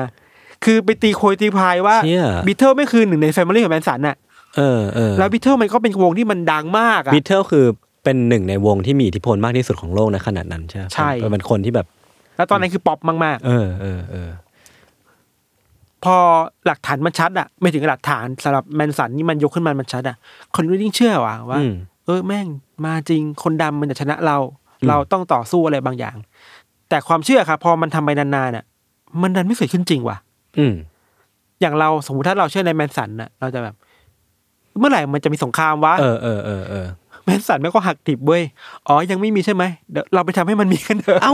[SPEAKER 3] คือไปตีโคยตีพายว่า
[SPEAKER 2] เชี่ย
[SPEAKER 3] บิทเทิลไม่คือหนึ่งในแฟมิลี่ของแมนสันน่ะ
[SPEAKER 2] เออเออ
[SPEAKER 3] แล้วบิทเทิลมันก็เป็นวงที่มันดังมากอะ
[SPEAKER 2] บิทเทิลคือเป็นหนึ่งในวงที่มีอิทธิพลมากที่สุดของโลกนะขนาดนั้นใช่ไหม
[SPEAKER 3] ใช่
[SPEAKER 2] เป็นคนที่แบบ
[SPEAKER 3] แล้วตอนนั้นคือป๊อปมาก
[SPEAKER 2] เออเออเออ
[SPEAKER 3] ๆ พอหลักฐานมันชัดอะไม่ถึงหลักฐานสำหรับแมนสันนี่มันยกขึ้นมามันชัดอะคนก็ยิ่งเชื่อว่ะว่า
[SPEAKER 2] อืม
[SPEAKER 3] เออแม่งมาจริงคนดำมันจะชนะเรา เราต้องต่อสู้อะไรบางอย่าง แต่ความเชื่อครับพอมันทำไปนานๆน่ะ มันดันไม่เกิดขึ้นจริงว่ะ
[SPEAKER 2] อืม
[SPEAKER 3] อย่างเราสมมติถ้าเราเชื่อในแมนสันน่ะ เราจะแบบ เมื่อไหร่มันจะมีสงครามวะ
[SPEAKER 2] เออเออเออเออ
[SPEAKER 3] แมนสันแม่งก็หักดิบเว้ยอ๋อยังไม่มีใช่ไหมเดี๋ยวเราไปทำให้มันมีกันเถอะ
[SPEAKER 2] เอ้า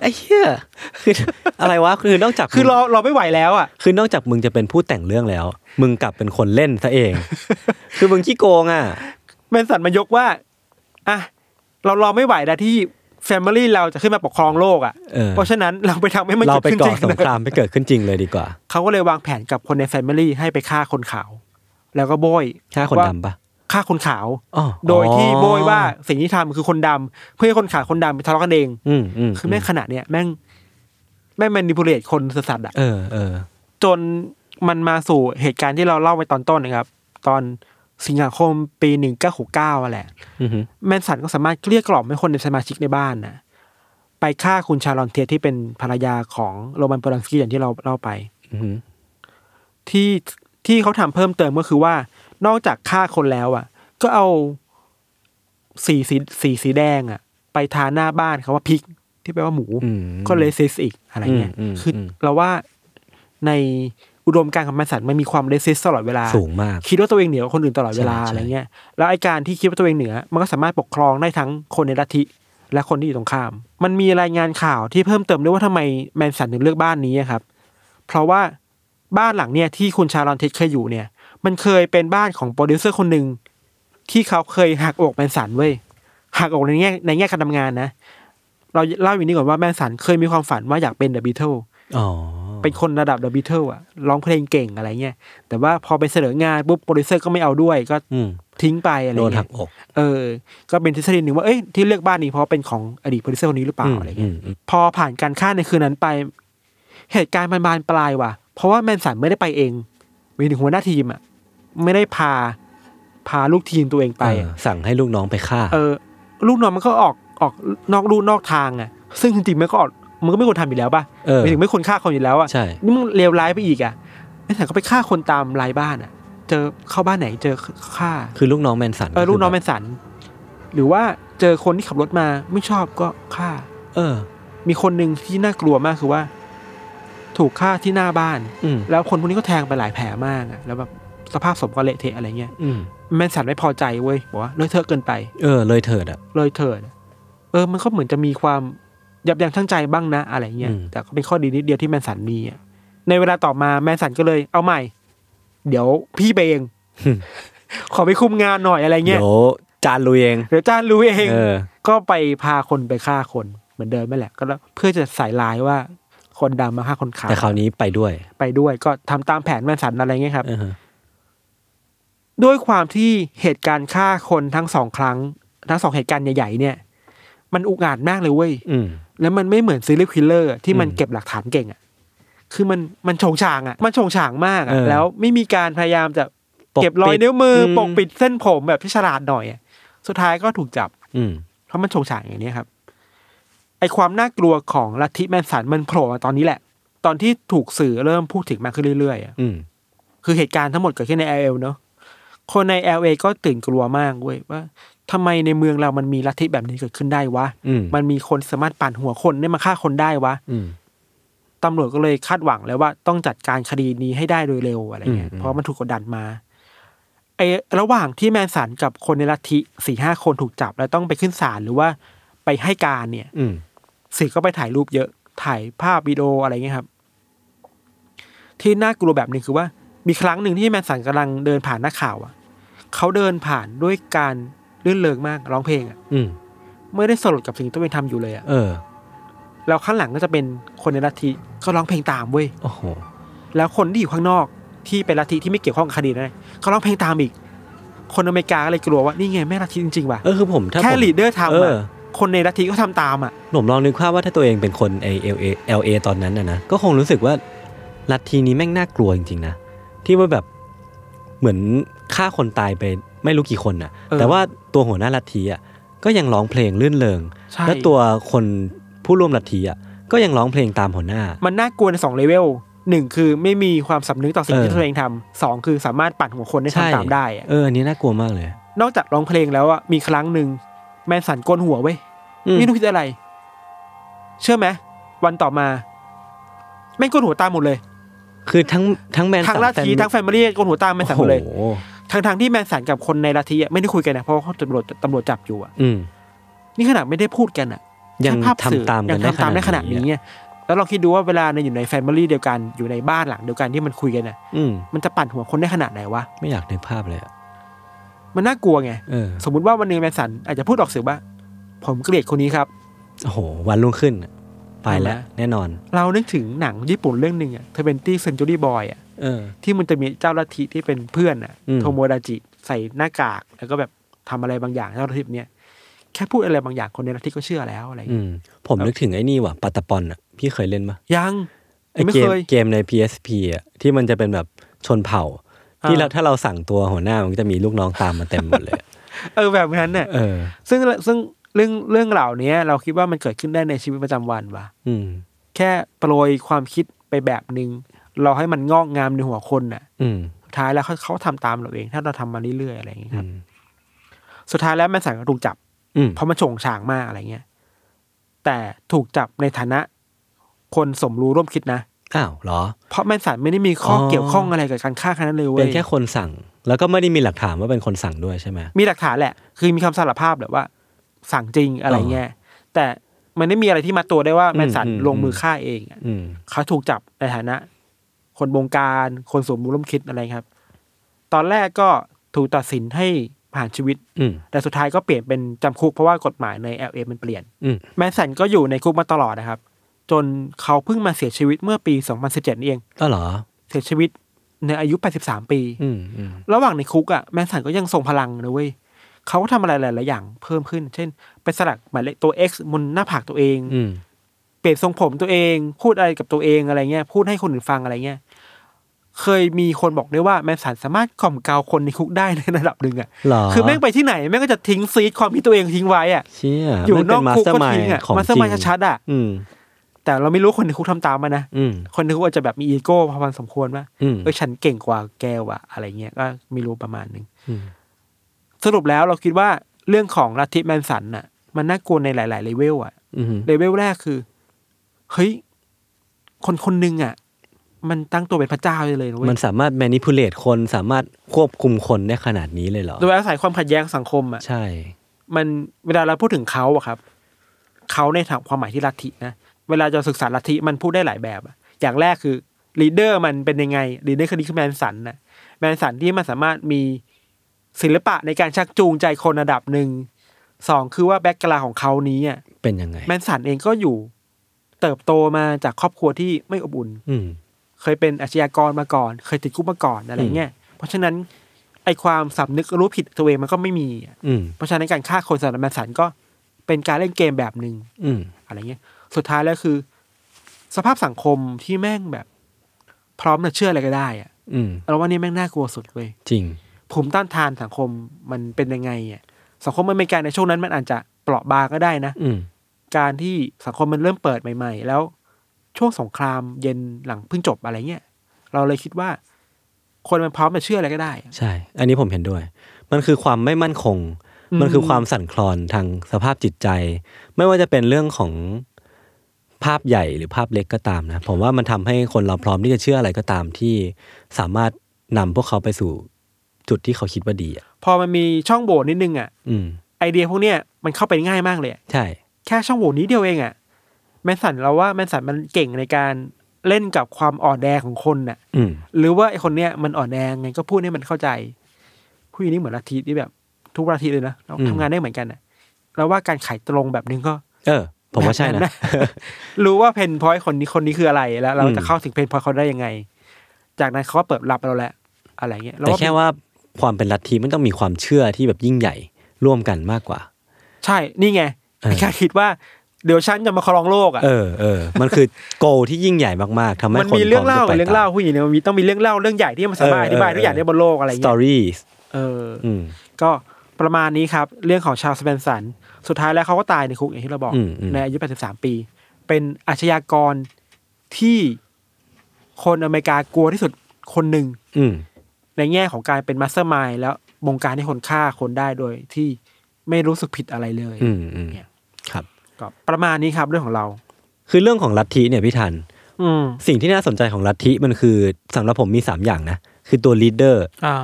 [SPEAKER 2] ไอ้เหี้ยคือ อะไรวะคือนอกจาก
[SPEAKER 3] คือเรา
[SPEAKER 2] มึง
[SPEAKER 3] เราไม่ไหวแล้วอ่ะ
[SPEAKER 2] คือนอกจากมึงจะเป็นผู้แต่งเรื่องแล้ว มึงกลับเป็นคนเล่นซะ เอง คือมึงขี้โกงอ่ะ
[SPEAKER 3] แมนสันมายกว่า อ่ะ เรารอไม่ไหวแล้วที่แฟมิลี่เราจะขึ้นมาปกครองโลกอ่ะ
[SPEAKER 2] เออ
[SPEAKER 3] เพราะฉะนั้นเราไปทำให้มัน
[SPEAKER 2] เรา
[SPEAKER 3] เกิด
[SPEAKER 2] ไป
[SPEAKER 3] ขึ้นจ
[SPEAKER 2] ก่อ
[SPEAKER 3] ริง
[SPEAKER 2] สงครามไปเกิดขึ้นจริงเลยดีกว่า
[SPEAKER 3] เขาก็เลยวางแผนกับคนในแฟมิลี่ให้ไปฆ่าคนขาว แล้วก็โบย
[SPEAKER 2] ฆ่าคนดำปะ
[SPEAKER 3] ฆ่าคนขาว
[SPEAKER 2] อ๋อ
[SPEAKER 3] โดยที่โบยว่าสิ่งที่ทำคือคนดำเพื่อให้คนขาวคนดำไปทะเลาะกันเอง
[SPEAKER 2] อืมอืม
[SPEAKER 3] คือแม่งขนาดเนี้ยแม่งแม่งแมนิพูเลตคนสัตว์อ่ะ
[SPEAKER 2] เออเออ
[SPEAKER 3] จนมันมาสู่เหตุการณ์ที่เราเล่าไปตอนต้นนะครับ ตอนสิงหาคมปีหนึ่งเก้าหกเก้าแหละ
[SPEAKER 2] อือหือ
[SPEAKER 3] แมนสันก็สามารถเกลี้ยกล่อมให้คนในสมาชิกในบ้านนะไปฆ่าคุณชาลอนเทียที่เป็นภรรยาของโรมันโปลันสกี้อย่างที่เราเล่าไป
[SPEAKER 2] อือหือ
[SPEAKER 3] ที่ที่เขาทำเพิ่มเติมก็คือว่า นอกจากฆ่าคนแล้วอ่ะ ก็เอาสีสีสีสีแดงอ่ะ ไปทาหน้าบ้านเขาว่าพริก ที่แปลว่าหมู
[SPEAKER 2] อืม
[SPEAKER 3] ก็เลซิสอีกอะไรเงี้ย
[SPEAKER 2] อืมอืม
[SPEAKER 3] คืออ
[SPEAKER 2] ม
[SPEAKER 3] เราว่าในอุดมการณ์ของแมนสันมันมีความเลซิสตลอดเวลา
[SPEAKER 2] สูงมาก
[SPEAKER 3] คิดว่าตัวเองเหนือกว่าคนอื่นตลอดเวลา
[SPEAKER 2] ใช่ใช่
[SPEAKER 3] อะไรเงี้ย แล้วไอการที่คิดว่าตัวเองเหนือ มันก็สามารถปกครองได้ทั้งคนในลัทธิและคนที่อยู่ตรงข้าม มันมีรายงานข่าวที่เพิ่มเติมด้วยว่าทำไมแมนสันถึงเลือกบ้านนี้อะครับ เพราะว่าบ้านหลังเนี่ยที่คุณชาลอนเท็ดเคยอยู่เนี่ย มันเคยเป็นบ้านของโปรดิวเซอร์คนหนึ่งที่เขาเคยหักอกแมนสันเว้ย หักอกในแง่ในแง่การทำงานนะ เราเล่าอย่างนี้ก่อนว่าแมนสันเคยมีความฝันว่าอยากเป็นเดอะบีเทิล
[SPEAKER 2] อ๋อ
[SPEAKER 3] เป็นคนระดับเดอะบิทเทิลอะร้องเพลงเก่งอะไรเงี้ยแต่ว่าพอไปเสนองานปุ๊บโปรดิวเซอร์ก็ไม่เอาด้วยก็
[SPEAKER 2] อืม
[SPEAKER 3] ทิ้งไปอะไร
[SPEAKER 2] โดนหั
[SPEAKER 3] เงี้
[SPEAKER 2] ก
[SPEAKER 3] ย
[SPEAKER 2] อก
[SPEAKER 3] เออ ก็เป็นทฤษฎีหนึ่งว่าเอ้ยที่เลือกบ้านนี้เพราะเป็นของอดีตโปรดิวเซอร์คนนี้หรือเปล่าอะไร
[SPEAKER 2] อื
[SPEAKER 3] เงี้ย
[SPEAKER 2] มอืม
[SPEAKER 3] พอผ่านการฆ่าในคืนนั้นไป เหตุการณ์มันบานปลายว่ะ เพราะว่าแมนสันไม่ได้ไปเองมีถึงหัวหน้าทีมอ่ะไม่ได้พาพาลูกทีมตัวเองไป
[SPEAKER 2] เอ
[SPEAKER 3] อะ
[SPEAKER 2] อสั่งให้ลูกน้องไปฆ่า
[SPEAKER 3] เออลูกน้องมันก็ออกออกนอกลู่นอกทางอ่ะ ซึ่งจริงๆมันก็ออกมันก็ไม่ควรทำอยู่แล้วป่ะ
[SPEAKER 2] เออ
[SPEAKER 3] หมายถึงไม่ควรฆ่าคนอยู่แล้วอ่ะ
[SPEAKER 2] ใช่
[SPEAKER 3] นี่มึงเลวร้ายไปอีกอ่ะไม่แต่ก็ไปฆ่าคนตามรายบ้านอ่ะ เจอเข้าบ้านไหนเจอฆ่า
[SPEAKER 2] คือลูกน้องแมนสัน
[SPEAKER 3] เออลูกน้องแมนสันหรือว่าเจอคนที่ขับรถมาไม่ชอบก็ฆ่า
[SPEAKER 2] เออ
[SPEAKER 3] มีคนหนึ่งที่น่ากลัวมากคือว่า ถูกฆ่าที่หน้าบ้าน
[SPEAKER 2] อืม
[SPEAKER 3] แล้วคนพวกนี้ก็แทงไปหลายแผลมากอ่ะแล้วแบบสภาพศพก็เละเทะอะไรเงี้ย
[SPEAKER 2] อืม
[SPEAKER 3] แมนสันไม่พอใจเว้ยบอกว่าเลอะเทอะเกินไป
[SPEAKER 2] เออ เลยเถิดอ่ะ
[SPEAKER 3] เลยเถิดเออ มันก็เหมือนจะมีความยับยั้งชั่งใจบ้างนะ อะไรเงี้ย
[SPEAKER 2] อืม
[SPEAKER 3] แต่ก็เป็นข้อดีนิดเดียวที่แมนสันมีอะในเวลาต่อมาแมนสันก็เลย เอาใหม่ เดี๋ยวพี่ไปเอง ขอไปคุมงานหน่อยอะไรเงี้ย
[SPEAKER 2] เดี๋ยวจานลุยเอง
[SPEAKER 3] เดี๋ยวจ้านรู้เอง
[SPEAKER 2] เออ
[SPEAKER 3] ก็ไปพาคนไปฆ่าคนเหมือนเดิมนั่นแหละ ก็แล้วเพื่อจะใส่ลายว่าคนดำมาฆ่าคนขาว
[SPEAKER 2] แต่คราวนี้ไปด้วย
[SPEAKER 3] ไปด้วย ก็ทำตามแผนแมนสันอะไรเงี้ยครับ
[SPEAKER 2] เออฮะ
[SPEAKER 3] ด้วยความที่เหตุการณ์ฆ่าคนทั้งสองครั้ง ทั้งสองเหตุการณ์ใหญ่ๆเนี่ย มันอุกอาจมากเลยเว้ย
[SPEAKER 2] อืม
[SPEAKER 3] แล้วมันไม่เหมือนซีรีส์คิลเลอร์ที่มัน
[SPEAKER 2] อืม
[SPEAKER 3] เก็บหลักฐานเก่งอ่ะ คือมันมันโฉงฉางอ่ะ มันโฉงฉางมาก
[SPEAKER 2] เอ
[SPEAKER 3] อ่ะ
[SPEAKER 2] อ
[SPEAKER 3] แล้วไม่มีการพยายามจะ
[SPEAKER 2] ป
[SPEAKER 3] เก็บรอยนิ้วมืออปกปิ
[SPEAKER 2] ม
[SPEAKER 3] ดเส้นผมแบบที่ฉลาดหน่อยอะสุดท้ายก็ถูกจับ
[SPEAKER 2] อืม
[SPEAKER 3] เพราะมันโฉงฉางอย่างนี้ครับ ไอความน่ากลัวของลัทธิแมนสันมันโผล่มาตอนนี้แหละ ตอนที่ถูกสื่อเริ่มพูดถึงมากขึ้นเรื่อยๆอะ
[SPEAKER 2] อืม
[SPEAKER 3] คือเหตุการณ์ทั้งหมดเกิดขึ้นใน LA เนอะคนใน LA ก็ตื่นกลัวมากเว้ยว่าทำไมในเมืองเรามันมีลัทธิแบบนี้เกิดขึ้นได้วะ
[SPEAKER 2] อืม
[SPEAKER 3] มันมีคนสามารถปั่นหัวคนได้มาฆ่าคนได้วะ
[SPEAKER 2] อืม
[SPEAKER 3] ตำรวจก็เลยคาดหวังแล้วว่าต้องจัดการคดีนี้ให้ได้โดยเร็วอะไรเงี้ย
[SPEAKER 2] อืม
[SPEAKER 3] เพราะมันถูกกดดันมาไอ้ระหว่างที่แมนสันกับคนในลัทธิสี่ห้าคนถูกจับ แล้วต้องไปขึ้นศาลหรือว่าไปให้การเนี่ย
[SPEAKER 2] อืม
[SPEAKER 3] สื่อก็ไปถ่ายรูปเยอะ ถ่ายภาพวิดีโออะไรเงี้ยครับ ที่น่ากลัวแบบหนึงคือว่า มีครั้งหนึ่งที่แมนสันกำลังเดินผ่านหน้าข่าวอ่ะ เขาเดินผ่านด้วยการลื่นเลิงมากร้องเพลงอ่ะ
[SPEAKER 2] อืม
[SPEAKER 3] ไม่ได้สลดกับสิ่งที่ตัวเองทำอยู่เลยอ่ะ
[SPEAKER 2] เออ
[SPEAKER 3] แล้วข้างหลังก็จะเป็นคนในลัทธิก็ร้องเพลงตามเว้ย
[SPEAKER 2] โอ้โห
[SPEAKER 3] แล้วคนที่อยู่ข้างนอกที่เป็นลัทธิที่ไม่เกี่ยวข้องกับคดีนั้นเขาร้องเพลงตามอีก คนอเมริกาก็เลยกลัวว่านี่ไงแม่ลัทธิจริงๆว่ะ
[SPEAKER 2] เออคือผมถ้า
[SPEAKER 3] แค่
[SPEAKER 2] ผม
[SPEAKER 3] ลีดเดอร์ทำ
[SPEAKER 2] เอ
[SPEAKER 3] อ่ะ
[SPEAKER 2] อ
[SPEAKER 3] คนในลัทธิก็ทำตามอ่ะ
[SPEAKER 2] ผมลองนึกภาพว่าถ้าตัวเองเป็นคนเอเอเอลเอตอนนั้นนะนะก็คงรู้สึกว่าลัทธินี้แม่งน่ากลัวจริงๆนะที่ว่าแบบเหมือนฆ่าคนตายไปไม่รู้กี่คนน่ะ
[SPEAKER 3] เออ
[SPEAKER 2] แต่ว่าตัวหัวหน้าลัทธิอ่ะก็ยังร้องเพลงลื่นเลง
[SPEAKER 3] ใช่
[SPEAKER 2] และตัวคนผู้ร่วมลัทธิอ่ะก็ยังร้องเพลงตามหัวหน้า
[SPEAKER 3] มันน่ากลัวในสองเลเวลหนึ่งคือไม่มีความสำนึกต่อสิ่งที่
[SPEAKER 2] เออ
[SPEAKER 3] ตัวเองทำสองคือสามารถปั่นหัวคนได้ทำตามได้อะ
[SPEAKER 2] เอออันนี้น่ากลัวมากเลย
[SPEAKER 3] นอกจากร้องเพลงแล้วอะมีครั้งหนึ่งแมนสันโกนหัวเว้ย
[SPEAKER 2] อืม
[SPEAKER 3] ไม่รู้คิดอะไร เชื่อไหมวันต่อมาแม่งโกนหัวตามหมดเลย
[SPEAKER 2] คือทั้งทั้งแมน
[SPEAKER 3] ทั้ง
[SPEAKER 2] สัน
[SPEAKER 3] ลัทธิ
[SPEAKER 2] แฟน
[SPEAKER 3] ทั้งแฟมิลี่โกนหัวตามแมนสันหม
[SPEAKER 2] โอ้
[SPEAKER 3] ดเลย
[SPEAKER 2] โห
[SPEAKER 3] ทั้งทางๆที่แมนสันกับคนในลัทธิอะไม่ได้คุยกันนะเพราะว่าตำรวจตำรวจจับอยู่อะ
[SPEAKER 2] อืม
[SPEAKER 3] นี่ขนาดไม่ได้พูดกันอะ
[SPEAKER 2] ยัง
[SPEAKER 3] แค่ภาพสื่อ
[SPEAKER 2] ทำตามกัน
[SPEAKER 3] ยังทำตาม
[SPEAKER 2] ได้
[SPEAKER 3] ได้
[SPEAKER 2] ข
[SPEAKER 3] ข
[SPEAKER 2] นา
[SPEAKER 3] นา
[SPEAKER 2] ด
[SPEAKER 3] ด
[SPEAKER 2] นี้
[SPEAKER 3] นี้อะแล้วลองคิดดูว่าเวลาในยอยู่ในแฟมิลี่เดียวกันอยู่ในบ้านหลังเดียวกันที่มันคุยกันอะ
[SPEAKER 2] อืม
[SPEAKER 3] มันจะปั่นหัวคนได้ขนาดไหนวะ
[SPEAKER 2] ไม่อยากนึกภาพเลยอะ
[SPEAKER 3] มันน่ากลัวไง
[SPEAKER 2] เออ
[SPEAKER 3] สมมุติว่าวันหนึ่งแมนสันอาจจะพูดออกสื่อว่า ผมเกลียดคนนี้ครับ
[SPEAKER 2] โอ้โหวันรุ่งขึ้นน่ะไปแล้ว
[SPEAKER 3] เอาละ
[SPEAKER 2] แน่นอน
[SPEAKER 3] เรานึกถึงหนังญี่ปุ่นเรื่องหนึ่งอะเทเวนตี้เซนจูรี่บอยอะ
[SPEAKER 2] เออ
[SPEAKER 3] ที่มันจะมีเจ้าลัทธิที่เป็นเพื่อนอะ
[SPEAKER 2] อืม
[SPEAKER 3] โทโมดาจิใส่หน้ากาก แล้วก็แบบทำอะไรบางอย่างเจ้าลัทธิเนี้ยแค่พูดอะไรบางอย่างคนในลัทธิก็เชื่อแล้วอะไรอย่าง
[SPEAKER 2] อื
[SPEAKER 3] เงี้ย
[SPEAKER 2] มผมนึกถึงไอ้นี่ว่ะปัตตปอนอ่ะพี่เคยเล่นปะ
[SPEAKER 3] ยัง
[SPEAKER 2] ไอ้
[SPEAKER 3] ไม่
[SPEAKER 2] เกม
[SPEAKER 3] เคย
[SPEAKER 2] เกมใน PSP อ่ะที่มันจะเป็นแบบชนเผ่า
[SPEAKER 3] อ่า
[SPEAKER 2] ที่เราถ้าเราสั่งตัวหัวหน้ามันก็จะมีลูกน้องตามมาเต็มหมดเลย
[SPEAKER 3] เออแบบนั้นน่ะ
[SPEAKER 2] เออ
[SPEAKER 3] ซึ่งซึ่งเรื่องเรื่องเหล่านี้เราคิดว่ามันเกิดขึ้นได้ในชีวิตประจำวันว่ะ
[SPEAKER 2] อืม
[SPEAKER 3] แค่โปรยความคิดไปแบบหนึ่งเราให้มันงอกงามในหัวคนน่ะ
[SPEAKER 2] อืม
[SPEAKER 3] สุดท้ายแล้วเขาเขาทำตามเราเอง ถ้าเราทำมาเรื่อยๆอะไรอย่างเงี้ยค
[SPEAKER 2] อื
[SPEAKER 3] รับ
[SPEAKER 2] ม
[SPEAKER 3] สุดท้ายแล้วแม่สันก็ถูกจับ
[SPEAKER 2] อืม
[SPEAKER 3] เพราะมันโฉงฉางมากอะไรเงี้ยแต่ถูกจับในฐานะ คนสมรู้ร่วมคิดนะ
[SPEAKER 2] อ้าวเหรอ
[SPEAKER 3] เพราะแม่สันไม่ได้มีข้ออ
[SPEAKER 2] อ
[SPEAKER 3] เกี่ยวข้องอะไรกับการฆ่าครั้งนั้นเลยเว้
[SPEAKER 2] เป็น
[SPEAKER 3] ย
[SPEAKER 2] แค่คนสั่ง แล้วก็ไม่ได้มีหลักฐานว่าเป็นคนสั่งด้วยใช่ไหม
[SPEAKER 3] มีหลักฐานแหละ คือมีคำสารภาพแบบว่า สั่งจริงอะไรเงี้ยแต่มันไม่มีอะไรที่มาตัวได้ว่าแม่สัน
[SPEAKER 2] อืม
[SPEAKER 3] ลงมือฆ่าเองอะ
[SPEAKER 2] อืม
[SPEAKER 3] เขาถูกจับในฐานะ คนบงการคนสมรู้ร่วมคิดอะไรครับ ตอนแรกก็ถูกตัดสินให้ผ่านชีวิต
[SPEAKER 2] อืม
[SPEAKER 3] แต่สุดท้ายก็เปลี่ยนเป็นจำคุกเพราะว่ากฎหมายใน LA มันเปลี่ยน
[SPEAKER 2] อืม
[SPEAKER 3] แมนสันก็อยู่ในคุกมาตลอดนะครับ จนเขาเพิ่งมาเสียชีวิตเมื่อปี 2017นี่เอง
[SPEAKER 2] ก็เหรอ
[SPEAKER 3] เสียชีวิต ในอายุ 83 ปี
[SPEAKER 2] อืมอืม
[SPEAKER 3] ระหว่างในคุกอะแมนสันก็ยังทรงพลังนะเว้ยเขาก็ทำอะไรหลายๆอย่างเพิ่มขึ้น เช่น ไปสลักหมายเลขตัว X บนหน้าผากตัวเอง
[SPEAKER 2] อืม
[SPEAKER 3] เปลี่ยนทรงผมตัวเองพูดอะไรกับตัวเองอะไรเงี้ยพูดให้คนอื่นฟังอะไรเงี้ยเคยมีคนบอกด้วยว่าแมนสันสามารถกล่อมเกลาวคนในคุกได้ใน ระดับหนึ่งอะ
[SPEAKER 2] หรอ
[SPEAKER 3] คือแม่งไปที่ไหนแม่งก็จะทิ้งซีดความคิดตัวเองทิ้งไว้อะ
[SPEAKER 2] เชี่ย
[SPEAKER 3] อยู่
[SPEAKER 2] แม่ง
[SPEAKER 3] น
[SPEAKER 2] เป็
[SPEAKER 3] อกคุกก็ทิ้งอะ
[SPEAKER 2] ของ
[SPEAKER 3] มา
[SPEAKER 2] จ
[SPEAKER 3] ส
[SPEAKER 2] ริง
[SPEAKER 3] มัยชัดๆอะ
[SPEAKER 2] อืม
[SPEAKER 3] แต่เราไม่รู้คนในคุกทำตามมันนะ
[SPEAKER 2] อืม
[SPEAKER 3] คนในคุกอาจจะแบบมีอีโก้พอพันสมควรว่า
[SPEAKER 2] อืม
[SPEAKER 3] เออฉันเก่งกว่าแกว่ะอะไรเงี้ยก็ไม่รู้ประมาณหนึ่ง
[SPEAKER 2] อืม
[SPEAKER 3] สรุปแล้วเราคิดว่าเรื่องของลัทธิแมนสันน่ะ มันน่ากลัวในหลาย ๆ เลเวลอะ
[SPEAKER 2] อืม
[SPEAKER 3] เลเวลแรกคือ เฮ้ย คนคนหนึ่งอ่ะ มันตั้งตัวเป็นพระเจ้าได้เลยนะเว้ย
[SPEAKER 2] มันสามารถ manipulate คนสามารถควบคุมคนได้ขนาดนี้เลยเหรอ
[SPEAKER 3] โดยอาศัยความขัดแย้งสังคมอ่ะ
[SPEAKER 2] ใช่
[SPEAKER 3] มันเวลาเราพูดถึงเขาอะครับเขาในทางความหมายที่ลัทธินะเวลาจะศึกษาลัทธิมันพูดได้หลายแบบอะอย่างแรกคือลีดเดอร์มันเป็นยังไงลีดเดอร์คือดิคแมนสันนะแมนสันที่มันสามารถมีศิลปะในการชักจูงใจคนระดับหนึ่งสองคือว่าแบ็กกราวของเขานี้อ่ะ
[SPEAKER 2] เป็นยังไง
[SPEAKER 3] แมนสันเองก็อยู่ เติบโตมาจากครอบครัวที่ไม่อบอุ่น
[SPEAKER 2] อืม
[SPEAKER 3] เคยเป็นอาชญากรมาก่อน เคยติดคุกมาก่อนอะไรเงี้ย เพราะฉะนั้นไอความสำนึกรู้ผิดตัวเองมันก็ไม่มีอะ
[SPEAKER 2] อืม
[SPEAKER 3] เพราะฉะนั้นการฆ่าคนสำหรับแมนสันก็เป็นการเล่นเกมแบบหนึ่ง
[SPEAKER 2] อืม
[SPEAKER 3] อะไรเงี้ย สุดท้ายแล้วคือ สภาพสังคมที่แม่งแบบ พร้อมจะเชื่ออะไรก็ได้อะ
[SPEAKER 2] อืม
[SPEAKER 3] เราว่านี่แม่งน่ากลัวสุดเว้ย
[SPEAKER 2] จริง
[SPEAKER 3] ภูมิต้านทานสังคมมันเป็นยังไงอ่ะ สังคมอเมริกันในช่วงนั้นมันอาจจะเปราะบางก็ได้นะ
[SPEAKER 2] อืม
[SPEAKER 3] การที่สังคมมันเริ่มเปิดใหม่ ๆ แล้วช่วงสงครามเย็นหลังเพิ่งจบอะไรเงี้ยเราเลยคิดว่า คนมันพร้อมจะเชื่ออะไรก็ได้
[SPEAKER 2] ใช่ อันนี้ผมเห็นด้วย มันคือความไม่มั่นคง
[SPEAKER 3] อืม
[SPEAKER 2] มันคือความสั่นคลอนทางสภาพจิตใจ ไม่ว่าจะเป็นเรื่องของภาพใหญ่หรือภาพเล็กก็ตามนะ ผมว่ามันทำให้คนเราพร้อมที่จะเชื่ออะไรก็ตามที่สามารถนำพวกเขาไปสู่จุดที่เขาคิดว่าดีอ่ะ
[SPEAKER 3] พอมันมีช่องโหว่นิดนึงอ่ะ
[SPEAKER 2] อืม
[SPEAKER 3] ไอเดียพวกเนี้ยมันเข้าไปง่ายมากเลยอะ
[SPEAKER 2] ใช่
[SPEAKER 3] แค่ช่องโหว่นี้เดียวเองอ่ะแมนสันเราว่าแมนสันมันเก่งในการเล่นกับความอ่อนแอของคนน่ะ
[SPEAKER 2] อืม
[SPEAKER 3] หรือว่าไอคนเนี้ยมันอ่อนแอไงก็พูดให้มันเข้าใจผู้หญิงนี่เหมือนลัทธิที่แบบ ทุกลัทธิเลยนะเรา
[SPEAKER 2] อืม
[SPEAKER 3] ทำงานได้เหมือนกันน่ะเราว่าการขายตรงแบบนึงก็
[SPEAKER 2] เออ ผมว่าใช่นะ
[SPEAKER 3] แบบ รู้ว่าเพนพอยต์คนนี้คนนี้คืออะไรแล้ว เรา
[SPEAKER 2] อืม
[SPEAKER 3] จะเข้าถึงเพนพอยต์เขาได้ยังไง จากนั้นเขาก็เปิดรับเราแล้วอะไรเงี้ยเร
[SPEAKER 2] แต่แค่ว่าความเป็นลัทธิมันต้องมีความเชื่อที่แบบยิ่งใหญ่ร่วมกันมากกว่า
[SPEAKER 3] ใช่นี่ไง
[SPEAKER 2] เออ
[SPEAKER 3] แค่คิดว่าเดี๋ยวฉันจะมาครองโลกอ่ะ
[SPEAKER 2] เออเออ มันคือ โกลที่ยิ่งใหญ่มากๆทำให้
[SPEAKER 3] มัน
[SPEAKER 2] คน
[SPEAKER 3] มีเรื่องเล่า
[SPEAKER 2] พมจะไป
[SPEAKER 3] เรื่องเล่า
[SPEAKER 2] ต
[SPEAKER 3] ผู้หญิงเนี่ยมันมีต้องมีเรื่องเล่าเรื่องใหญ่ที่มันสามารถ
[SPEAKER 2] เออ
[SPEAKER 3] อธิบาย
[SPEAKER 2] เออ
[SPEAKER 3] ทุกอย่างได้บนโลกอะไร
[SPEAKER 2] าม
[SPEAKER 3] เงี้ย
[SPEAKER 2] stories
[SPEAKER 3] เออ
[SPEAKER 2] อืม
[SPEAKER 3] ก็ประมาณนี้ครับ เรื่องของชาวสเปนสัน สุดท้ายแล้วเขาก็ตายในคุกอย่างที่เราบอก
[SPEAKER 2] อืมอืม
[SPEAKER 3] ในอายุ 83 ปี เป็นอาชญากรที่คนอเมริกากลัวที่สุดคนหนึ่ง
[SPEAKER 2] อืม
[SPEAKER 3] ในแง่ของการเป็นมาสเตอร์มายแล้วบงการให้คนฆ่าคนได้โดยที่ไม่รู้สึกผิดอะไรเลย
[SPEAKER 2] อืมอืม
[SPEAKER 3] เนี่ย
[SPEAKER 2] ครับ
[SPEAKER 3] ก็ประมาณนี้ครับเรื่องของเรา
[SPEAKER 2] คือเรื่องของลัทธิเนี่ยพี่ทัน
[SPEAKER 3] อืม
[SPEAKER 2] สิ่งที่น่าสนใจของลัทธิมันคือสำหรับผมมี 3 อย่างนะ คือตัว leader
[SPEAKER 3] อ่า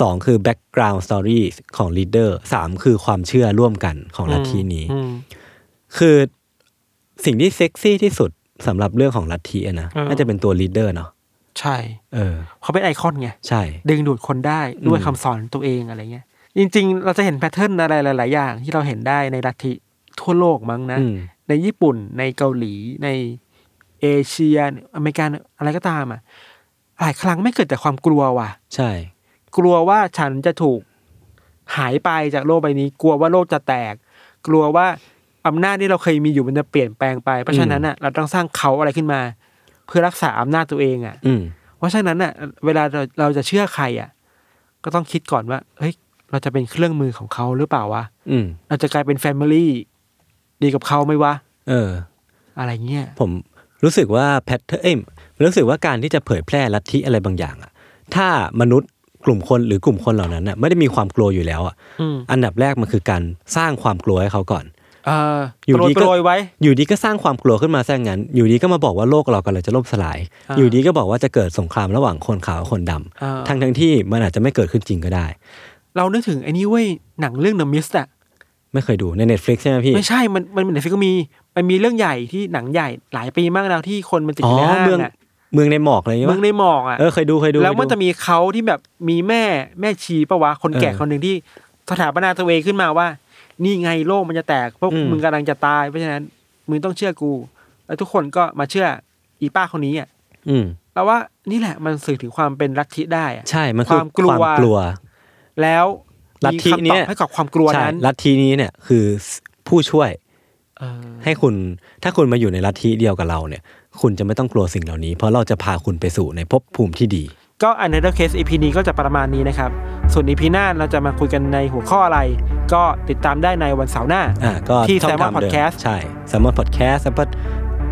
[SPEAKER 2] สองคือ background story ของ leader สามคือความเชื่อร่วมกันของลัทธินี้
[SPEAKER 3] อืม
[SPEAKER 2] คือสิ่งที่เซ็กซี่ที่สุดสำหรับเรื่องของลัทธิอะนะ
[SPEAKER 3] เออ
[SPEAKER 2] น่าจะเป็นตัว leader เนาะ
[SPEAKER 3] ใช่
[SPEAKER 2] เออ
[SPEAKER 3] เขาเป็นไอคอนไง
[SPEAKER 2] ใช่
[SPEAKER 3] ดึงดูดคนได้
[SPEAKER 2] อืม
[SPEAKER 3] ด้วยคำสอนตัวเองอะไรเงี้ย จริง ๆ เราจะเห็นแพทเทิร์นอะไรหลาย ๆ อย่างที่เราเห็นได้ในลัทธิทั่วโลกมั้งนะ
[SPEAKER 2] อืม
[SPEAKER 3] ในญี่ปุ่นในเกาหลีในเอเชียอเมริกันอะไรก็ตามอ่ะหลายครั้งไม่เกิดแต่ความกลัวว่ะ
[SPEAKER 2] ใช่
[SPEAKER 3] กลัวว่าฉันจะถูกหายไปจากโลกใบนี้ กลัวว่าโลกจะแตก กลัวว่าอำนาจที่เราเคยมีอยู่มันจะเปลี่ยนแปลงไป เพราะฉะนั้นอ่ะเราต้องสร้างเขาอะไรขึ้นมา เพื่อรักษาอำนาจตัวเองอ่ะ
[SPEAKER 2] อืม
[SPEAKER 3] เพราะฉะนั้นอ่ะเวลาเราเราจะเชื่อใครอ่ะ ก็ต้องคิดก่อนว่าเฮ้ยเราจะเป็นเครื่องมือของเขาหรือเปล่าวะ
[SPEAKER 2] อืม
[SPEAKER 3] เราจะกลายเป็นแฟมิลี่ดีกับเขาไหมวะ
[SPEAKER 2] เออ
[SPEAKER 3] อะไรเงี้ย
[SPEAKER 2] ผมรู้สึกว่าแพทเทิร์นเอ้ยรู้สึกว่าการที่จะเผยแพร่ลัทธิอะไรบางอย่างอะถ้ามนุษย์กลุ่มคนหรือกลุ่มคนเหล่านั้นอะไม่ได้มีความกลัวอยู่แล้วอะ
[SPEAKER 3] อืม
[SPEAKER 2] อันดับแรกมันคือการสร้างความกลัวให้เขาก่อน
[SPEAKER 3] เออ
[SPEAKER 2] อยู่
[SPEAKER 3] โปร
[SPEAKER 2] ดี
[SPEAKER 3] ย
[SPEAKER 2] ก็
[SPEAKER 3] โปรยไว้
[SPEAKER 2] อยู่ดีก็สร้างความกลัวขึ้นมาซะงั้น อยู่ดีก็มาบอกว่าโลกเรากำลังจะล่มสลาย
[SPEAKER 3] อ่า
[SPEAKER 2] อยู่ดีก็บอกว่าจะเกิดสงครามระหว่างคนขาวกับคนดำ
[SPEAKER 3] อ่า
[SPEAKER 2] ทั้งทั้งๆที่มันอาจจะไม่เกิดขึ้นจริงก็ได้
[SPEAKER 3] เรานึกถึงไอ้นี่เว้ยหนังเรื่อง The Mist อ่ะ
[SPEAKER 2] ไม่เคยดูใน Netflix ใช่ไหมพี่
[SPEAKER 3] ไม่ใช่ มัน มันเหมือนในฟิกก็มี มันมีเรื่องใหญ่ที่หนังใหญ่หลายปีมากแล้วที่คนมันติด
[SPEAKER 2] อ๋
[SPEAKER 3] อ
[SPEAKER 2] อยู่
[SPEAKER 3] ในห้าง
[SPEAKER 2] เมือง
[SPEAKER 3] อะ
[SPEAKER 2] เมืองในหมอกอะไรอย่างเงี้ย
[SPEAKER 3] เมืองในหมอกอ่ะ
[SPEAKER 2] เออเคยดูเคยดู
[SPEAKER 3] แล้วมัน
[SPEAKER 2] เคยดู
[SPEAKER 3] จะมีเขาที่แบบมีแม่แม่ชีปะวะ คนแก่
[SPEAKER 2] เออ
[SPEAKER 3] คนหนึ่งที่สถาปนาตัวเองขึ้นมาว่า นี่ไงโลกมันจะแตกพวก
[SPEAKER 2] อืม
[SPEAKER 3] มึงกำลังจะตายเพราะฉะนั้นมึงต้องเชื่อกู แล้วทุกคนก็มาเชื่ออีป้าคนนี้อ่ะ
[SPEAKER 2] อืม
[SPEAKER 3] เราว่านี่แหละมันสื่อถึงความเป็นลัทธิได้อะ
[SPEAKER 2] ใช่มันคือ
[SPEAKER 3] ความกลัว
[SPEAKER 2] ความกลัว
[SPEAKER 3] แล้ว
[SPEAKER 2] ลัท
[SPEAKER 3] มี
[SPEAKER 2] ธิ
[SPEAKER 3] คำ
[SPEAKER 2] เนี่
[SPEAKER 3] ตอย บให้กับความกลัว
[SPEAKER 2] ใช่
[SPEAKER 3] นั้น
[SPEAKER 2] ลัทธินี้เนี่ยคือผู้ช่วย
[SPEAKER 3] เออ
[SPEAKER 2] ให้คุณ ถ้าคุณมาอยู่ในลัทธิเดียวกับเราเนี่ย คุณจะไม่ต้องกลัวสิ่งเหล่านี้ เพราะเราจะพาคุณไปสู่ในภพภูมิที่ดี
[SPEAKER 3] ก็อันเดอร์เคสอีพีนี้ก็จะประมาณนี้นะครับ ส่วนอีพีหน้าเราจะมาคุยกันในหัวข้ออะไร ก็ติดตามได้ในวันเสาร์หน้า
[SPEAKER 2] อ่าก็
[SPEAKER 3] ที่
[SPEAKER 2] ช่ง
[SPEAKER 3] Salmon
[SPEAKER 2] ทางเดิ
[SPEAKER 3] Podcast
[SPEAKER 2] ใช่ Salmon Podcast Apple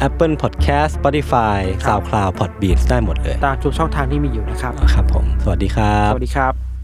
[SPEAKER 2] Apple Podcast Spotify
[SPEAKER 3] ครับ
[SPEAKER 2] SoundCloud Podbean ได้หมดเลย
[SPEAKER 3] ตามทุกช่องทางที่มีอยู่นะครับ
[SPEAKER 2] ครับผม สวัสดีครับ
[SPEAKER 3] สวัสดีครับ